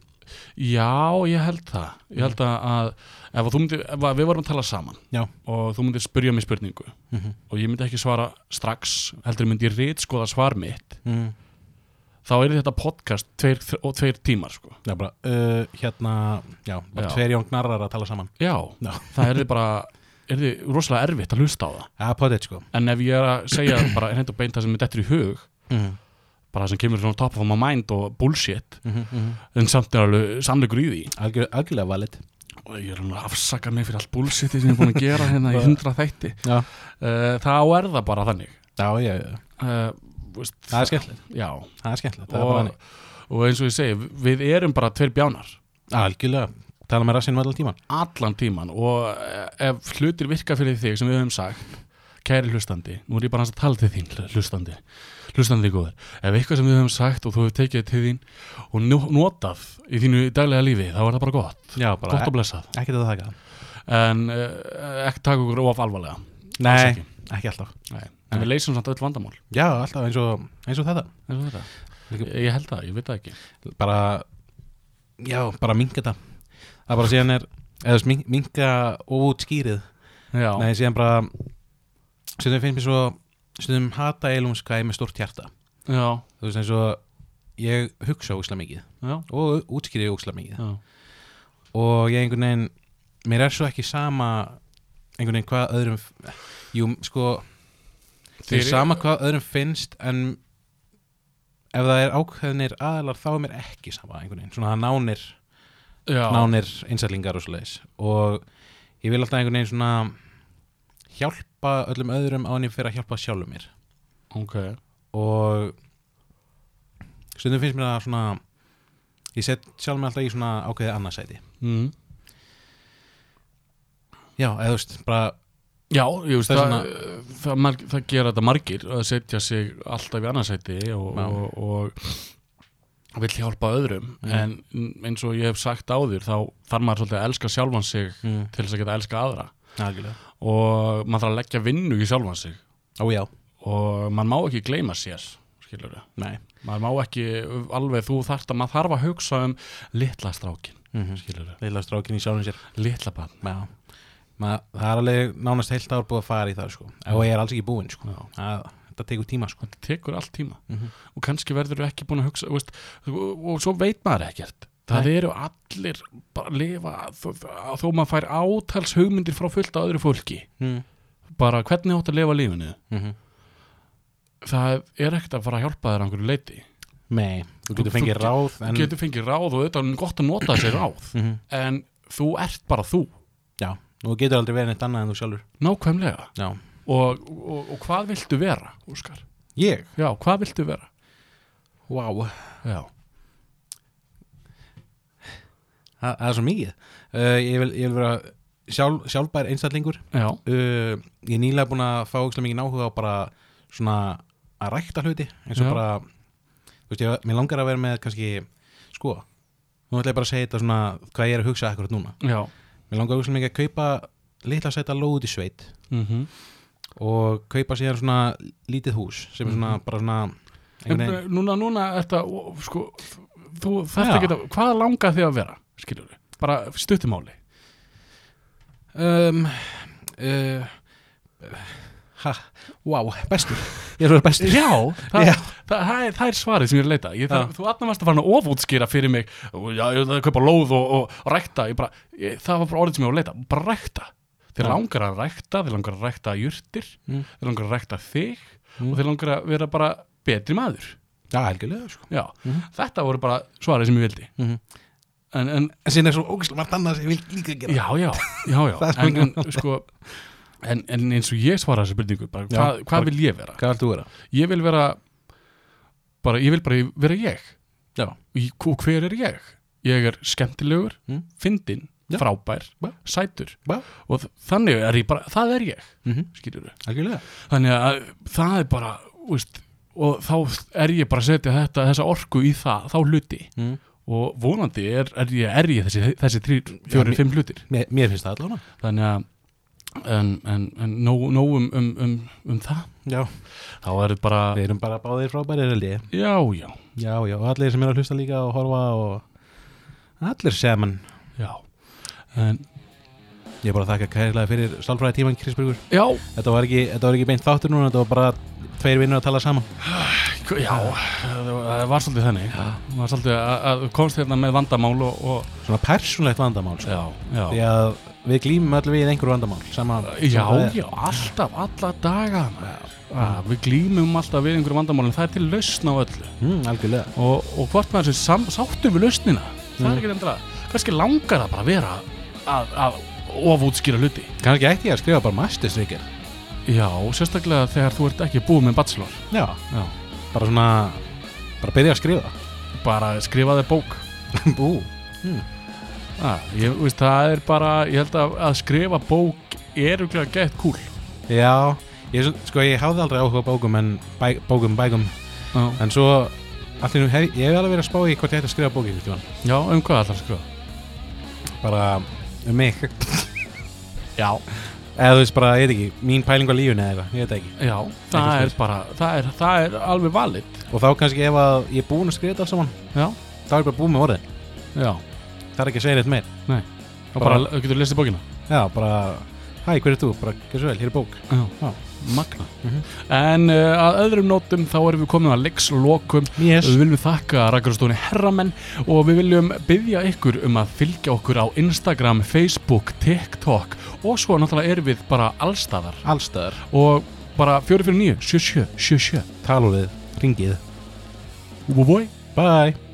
Já, ég held það. Ég held að, að ef, að þú myndir, ef að við vorum að tala saman
Já.
og þú myndir spyrja mig spurningu
Mhm.
og ég myndi ekki svara strax, heldur myndi ég rítskoða svar mitt,
mm.
þá er þetta podcast tveir, og tveir tímar, sko.
Já, bara, uh, hérna, já, bara
Já.
tveir jón gnarrar að tala saman
Já,
Já.
það er þið bara, er þið rosalega erfitt að hlusta á það.
Já, potið, sko
En ef ég er að segja bara hreint og beint það sem er dettur í hug,
mm.
bara það sem kemur svona top of my mind og bullshit,
Mm -hmm.
en samt er alveg sannleikur í því.
Algjör, Algjörlega valid
og ég er hann að afsaka mig fyrir allt bullshiti sem ég er búin að gera [LAUGHS] hérna í hundra þætti
Já.
uh, þá er það bara þannig
Já, já, já,
uh, veist,
það er skemmtilegt
já,
Það er skemmtilegt, það er bara
og,
hannig
og eins og ég segi við erum bara tveir bjánar
Algjörlega, tala með rassinu allan tíman
allan tíman og eh, ef hlutir virka fyrir þig sem við höfum sagt kæri hlustandi, nú er ég bara hans að tala til þín hl- hlustandi, hlustandi góður ef eitthvað sem við höfum sagt og þú hefur tekið til þín og nó- notað í þínu daglega lífi, þá er það bara gott
Já,
gott og blessað
e ekkert að taka
en uh, ekki taka okkur of alvarlega Alls
Nei,
ekki.
ekki alltaf
Nei. En við leysum samt öll vandamál
Já, alltaf eins og, eins og þetta
eins og þetta. Ég, ég held það, ég veit það ekki
bara já, bara minga þetta það er bara síðan er, eða minga og útskýrið,
Já,
nei síðan bara stundum finnst mér svo stundum hata eilumskæði með stórt hjarta
já,
þú veist eins og ég hugsa ósla mikið
já,
og útskýrið ósla mikið
já.
og ég einhvern veginn, mér er svo ekki sama einhvern veginn hvað öðrum jú, sko
Þér
Þeir
er-
er sama hvað öðrum finnst en ef það er ákveðnir aðalar þá er mér ekki sama einhvern veginn, svona það nánir
já.
nánir einsætlingar og svoleiðis og ég vil alltaf einhvern veginn svona hjálpa öllum öðrum á henni fyrir að hjálpa sjálfum mér
Ok,
og stundum finnst mér það svona ég set sjálf mig alltaf í svona ákveðið annarsæti
mm.
já, eða þú veist, bara
Já, ég veist,
Það er
það, það, það, marg- það gera þetta margir að setja sig alltaf í annarsæti og,
Já.
og, og vill hjálpa öðrum en eins og ég hef sagt áður þá þarf maður svolítið að elska sjálfan sig
Mm.
til þess að geta að elska aðra
algjörlega,
og maður þarf að leggja vinnu í sjálfan sig
ójá,
og maður má ekki gleyma sér skilur við,
nei
maður má ekki alveg þú þarft að maður þarf að hugsa um litla strákin,
mm -hmm.
skilur við,
leila strákin í sjálfum sér
litla barn
já, Ma, það er alveg nánast heilt ár búið að fara í það sko, og ég er alls ekki búinn sko, að, þetta tekur tíma sko
þetta tekur allt tíma og kannski verður þú ekki búin að hugsa þú veist, og, og svo veit maður ekkert það eru allir bara að lifa þó, þó maður fær átals hugmyndir frá fullt á öðru fólki
mm
bara hvernig átt að lifa lífinu
-hmm.
það er ekkert að fara að hjálpa þér að einhverju leiti
nei, þú
Þú-
getur fengið
þú-
ráð
þú
en,
getur fengið ráð og auðvitað er gott að nota sér ráð
Mhm.
en þú ert bara þú
já, þú getur aldrei verið neitt annað en þú sjálfur
nákvæmlega
já,
og, og, og hvað viltu vera, Úskar?
ég,
Já, hvað viltu vera?
vá
Já,
það það er svo mikið uh, ég, vil, ég vil vera sjálf, sjálfbær einstaklingur
já,
uh, ég er nýlega búin að fá ógislega mikið náhuga á bara svona að rækta hluti eins og
Já.
bara þú veist, ég, mér langar að vera með kannski sko, nú ætla ég bara að segja þetta svona hvað ég er að hugsa akkurat núna
já
mér langar ógislega mikið að kaupa litla sæta lóð í sveit
mm
og kaupa síðan svona lítið hús sem er svona bara svona
en,
einhvern veginn,
eh, Núna, núna, þetta, ó, sko þú þetta
Já.
geta, hvað langar þig að vera, skilur við? Bara stuttumáli
um, uh, ha, wow, bestur ég er svo bestur
Já, það,
Já.
Það, það, er, það er svarið sem ég er að leita ég, það,
Já.
Þú allan varst að fara að ofútskýra fyrir mig og Já, ég ætla að kaupa lóð og, og rækta ég bara, ég, Það var bara orðið sem ég var að leita Bara rækta Þeir
Já.
langar að rækta, þeir langar að rækta jurtir
Mm.
Þeir langar að rækta þig
Mm.
Og þeir langar að vera bara betri maður
já, helgjulega sko
Já, þetta voru bara svarið sem ég vildi
Mhm.
En, en
en síðan er svo ógislega margt annað sem ég vil líka gera
já, já, já, já
[LAUGHS] Það er svo
en, en, sko, en, en eins og ég svara þessu byrningu bara,
Já.
hvað, hvað vil ég vera?
hvað vilt þú vera?
Ég vil vera bara, ég vil bara vera ég
Já.
Í- Og hver er ég? Ég er skemmtilegur,
Mm.
fyndinn,
Já.
frábær,
Já.
sætur
Já.
og þ- þannig er ég bara, það er ég
Mm -hmm.
skilur við
Algjörlega
þannig að það er bara úst, og þá er ég bara að setja þetta, þessa orku í það, þá hluti
mm.
og vonandi er, er ég, er ég þessi, þessi þrír, fjórir,
mér-
fimm hlutir
mér, mér finnst það allavega
þannig að en, en, en nóg, nóg um, um, um, um það
Já
þá er þetta bara
Við erum bara báðir frábæri held ég
já, já,
Já, já, og allir sem eru að hlusta líka og horfa og allir saman
já en,
Ég er bara að þakka kærlega fyrir sálfræði tíman Krisbergur
já,
Þetta var ekki, þetta var ekki beint þáttur núna, þetta var bara tveir vinnur að tala saman
k- já það það var svolítið þannig það var svolítið að, að þú komst hérna með vandamál og, og
Svona persónlegt vandamál sko.
já,
Því
já
að við glýmum öll við einhver vandamál sama,
Já,
sama það er.
já, alltaf, alla daga ja, Við glýmum alltaf við einhverjum vandamálin Það er til lausn á öllu
mm, Algjörlega
og, og hvort maður sem sam, sáttur við lausnina það er ekki endra kannski langar það bara að vera að, að ofútskýra hluti
Kannski ætti ég að skrifa bara masterstrykir
já, sérstaklega þegar þú ert ekki búið með bachelor
Já,
já.
bara svona bara byrja að skrifa
bara skrifaði bók
Bú
að, ég, veist, það er bara, ég held að, að skrifa bók er ykkur að gett kúl
Já, ég, sko ég hafði aldrei áhuga á bókum en bæ, bókum, bækum
já,
en svo allir, hef, ég hef alveg verið að spá í hvort ég ætti að skrifa bókið tíma.
já um hvað ætlar að skrifa
bara um mig
já,
eða þú veist bara, ég veit ekki, mín pæling á lífuna eða eitthvað, ég veit það ekki
já, það
Ekki
er bara það er, það er alveg valid
og þá kannski ef að ég er búinn að skrifa þetta allt saman
já,
þá er ég bara búinn með orðin,
já,
það er ekki að segja neitt meir
nei og bara,
Bara-
getur lesið bókina
já, bara, hæ, hver er þú? bara, gerðu svo vel, hér er bók
Já, Mhm.
Já.
magna En uh, að öðrum nótum þá erum við komin að leikslokum
yes.
Við viljum þakka Ragnarstofunni Herramenn og við viljum byggja ykkur um að fylgja okkur á Instagram, Facebook, TikTok og svo náttúrulega erum við bara allstaðar
allstaðar,
og bara 449, 77, 77
talum við, ringið
Úbúbúi
bye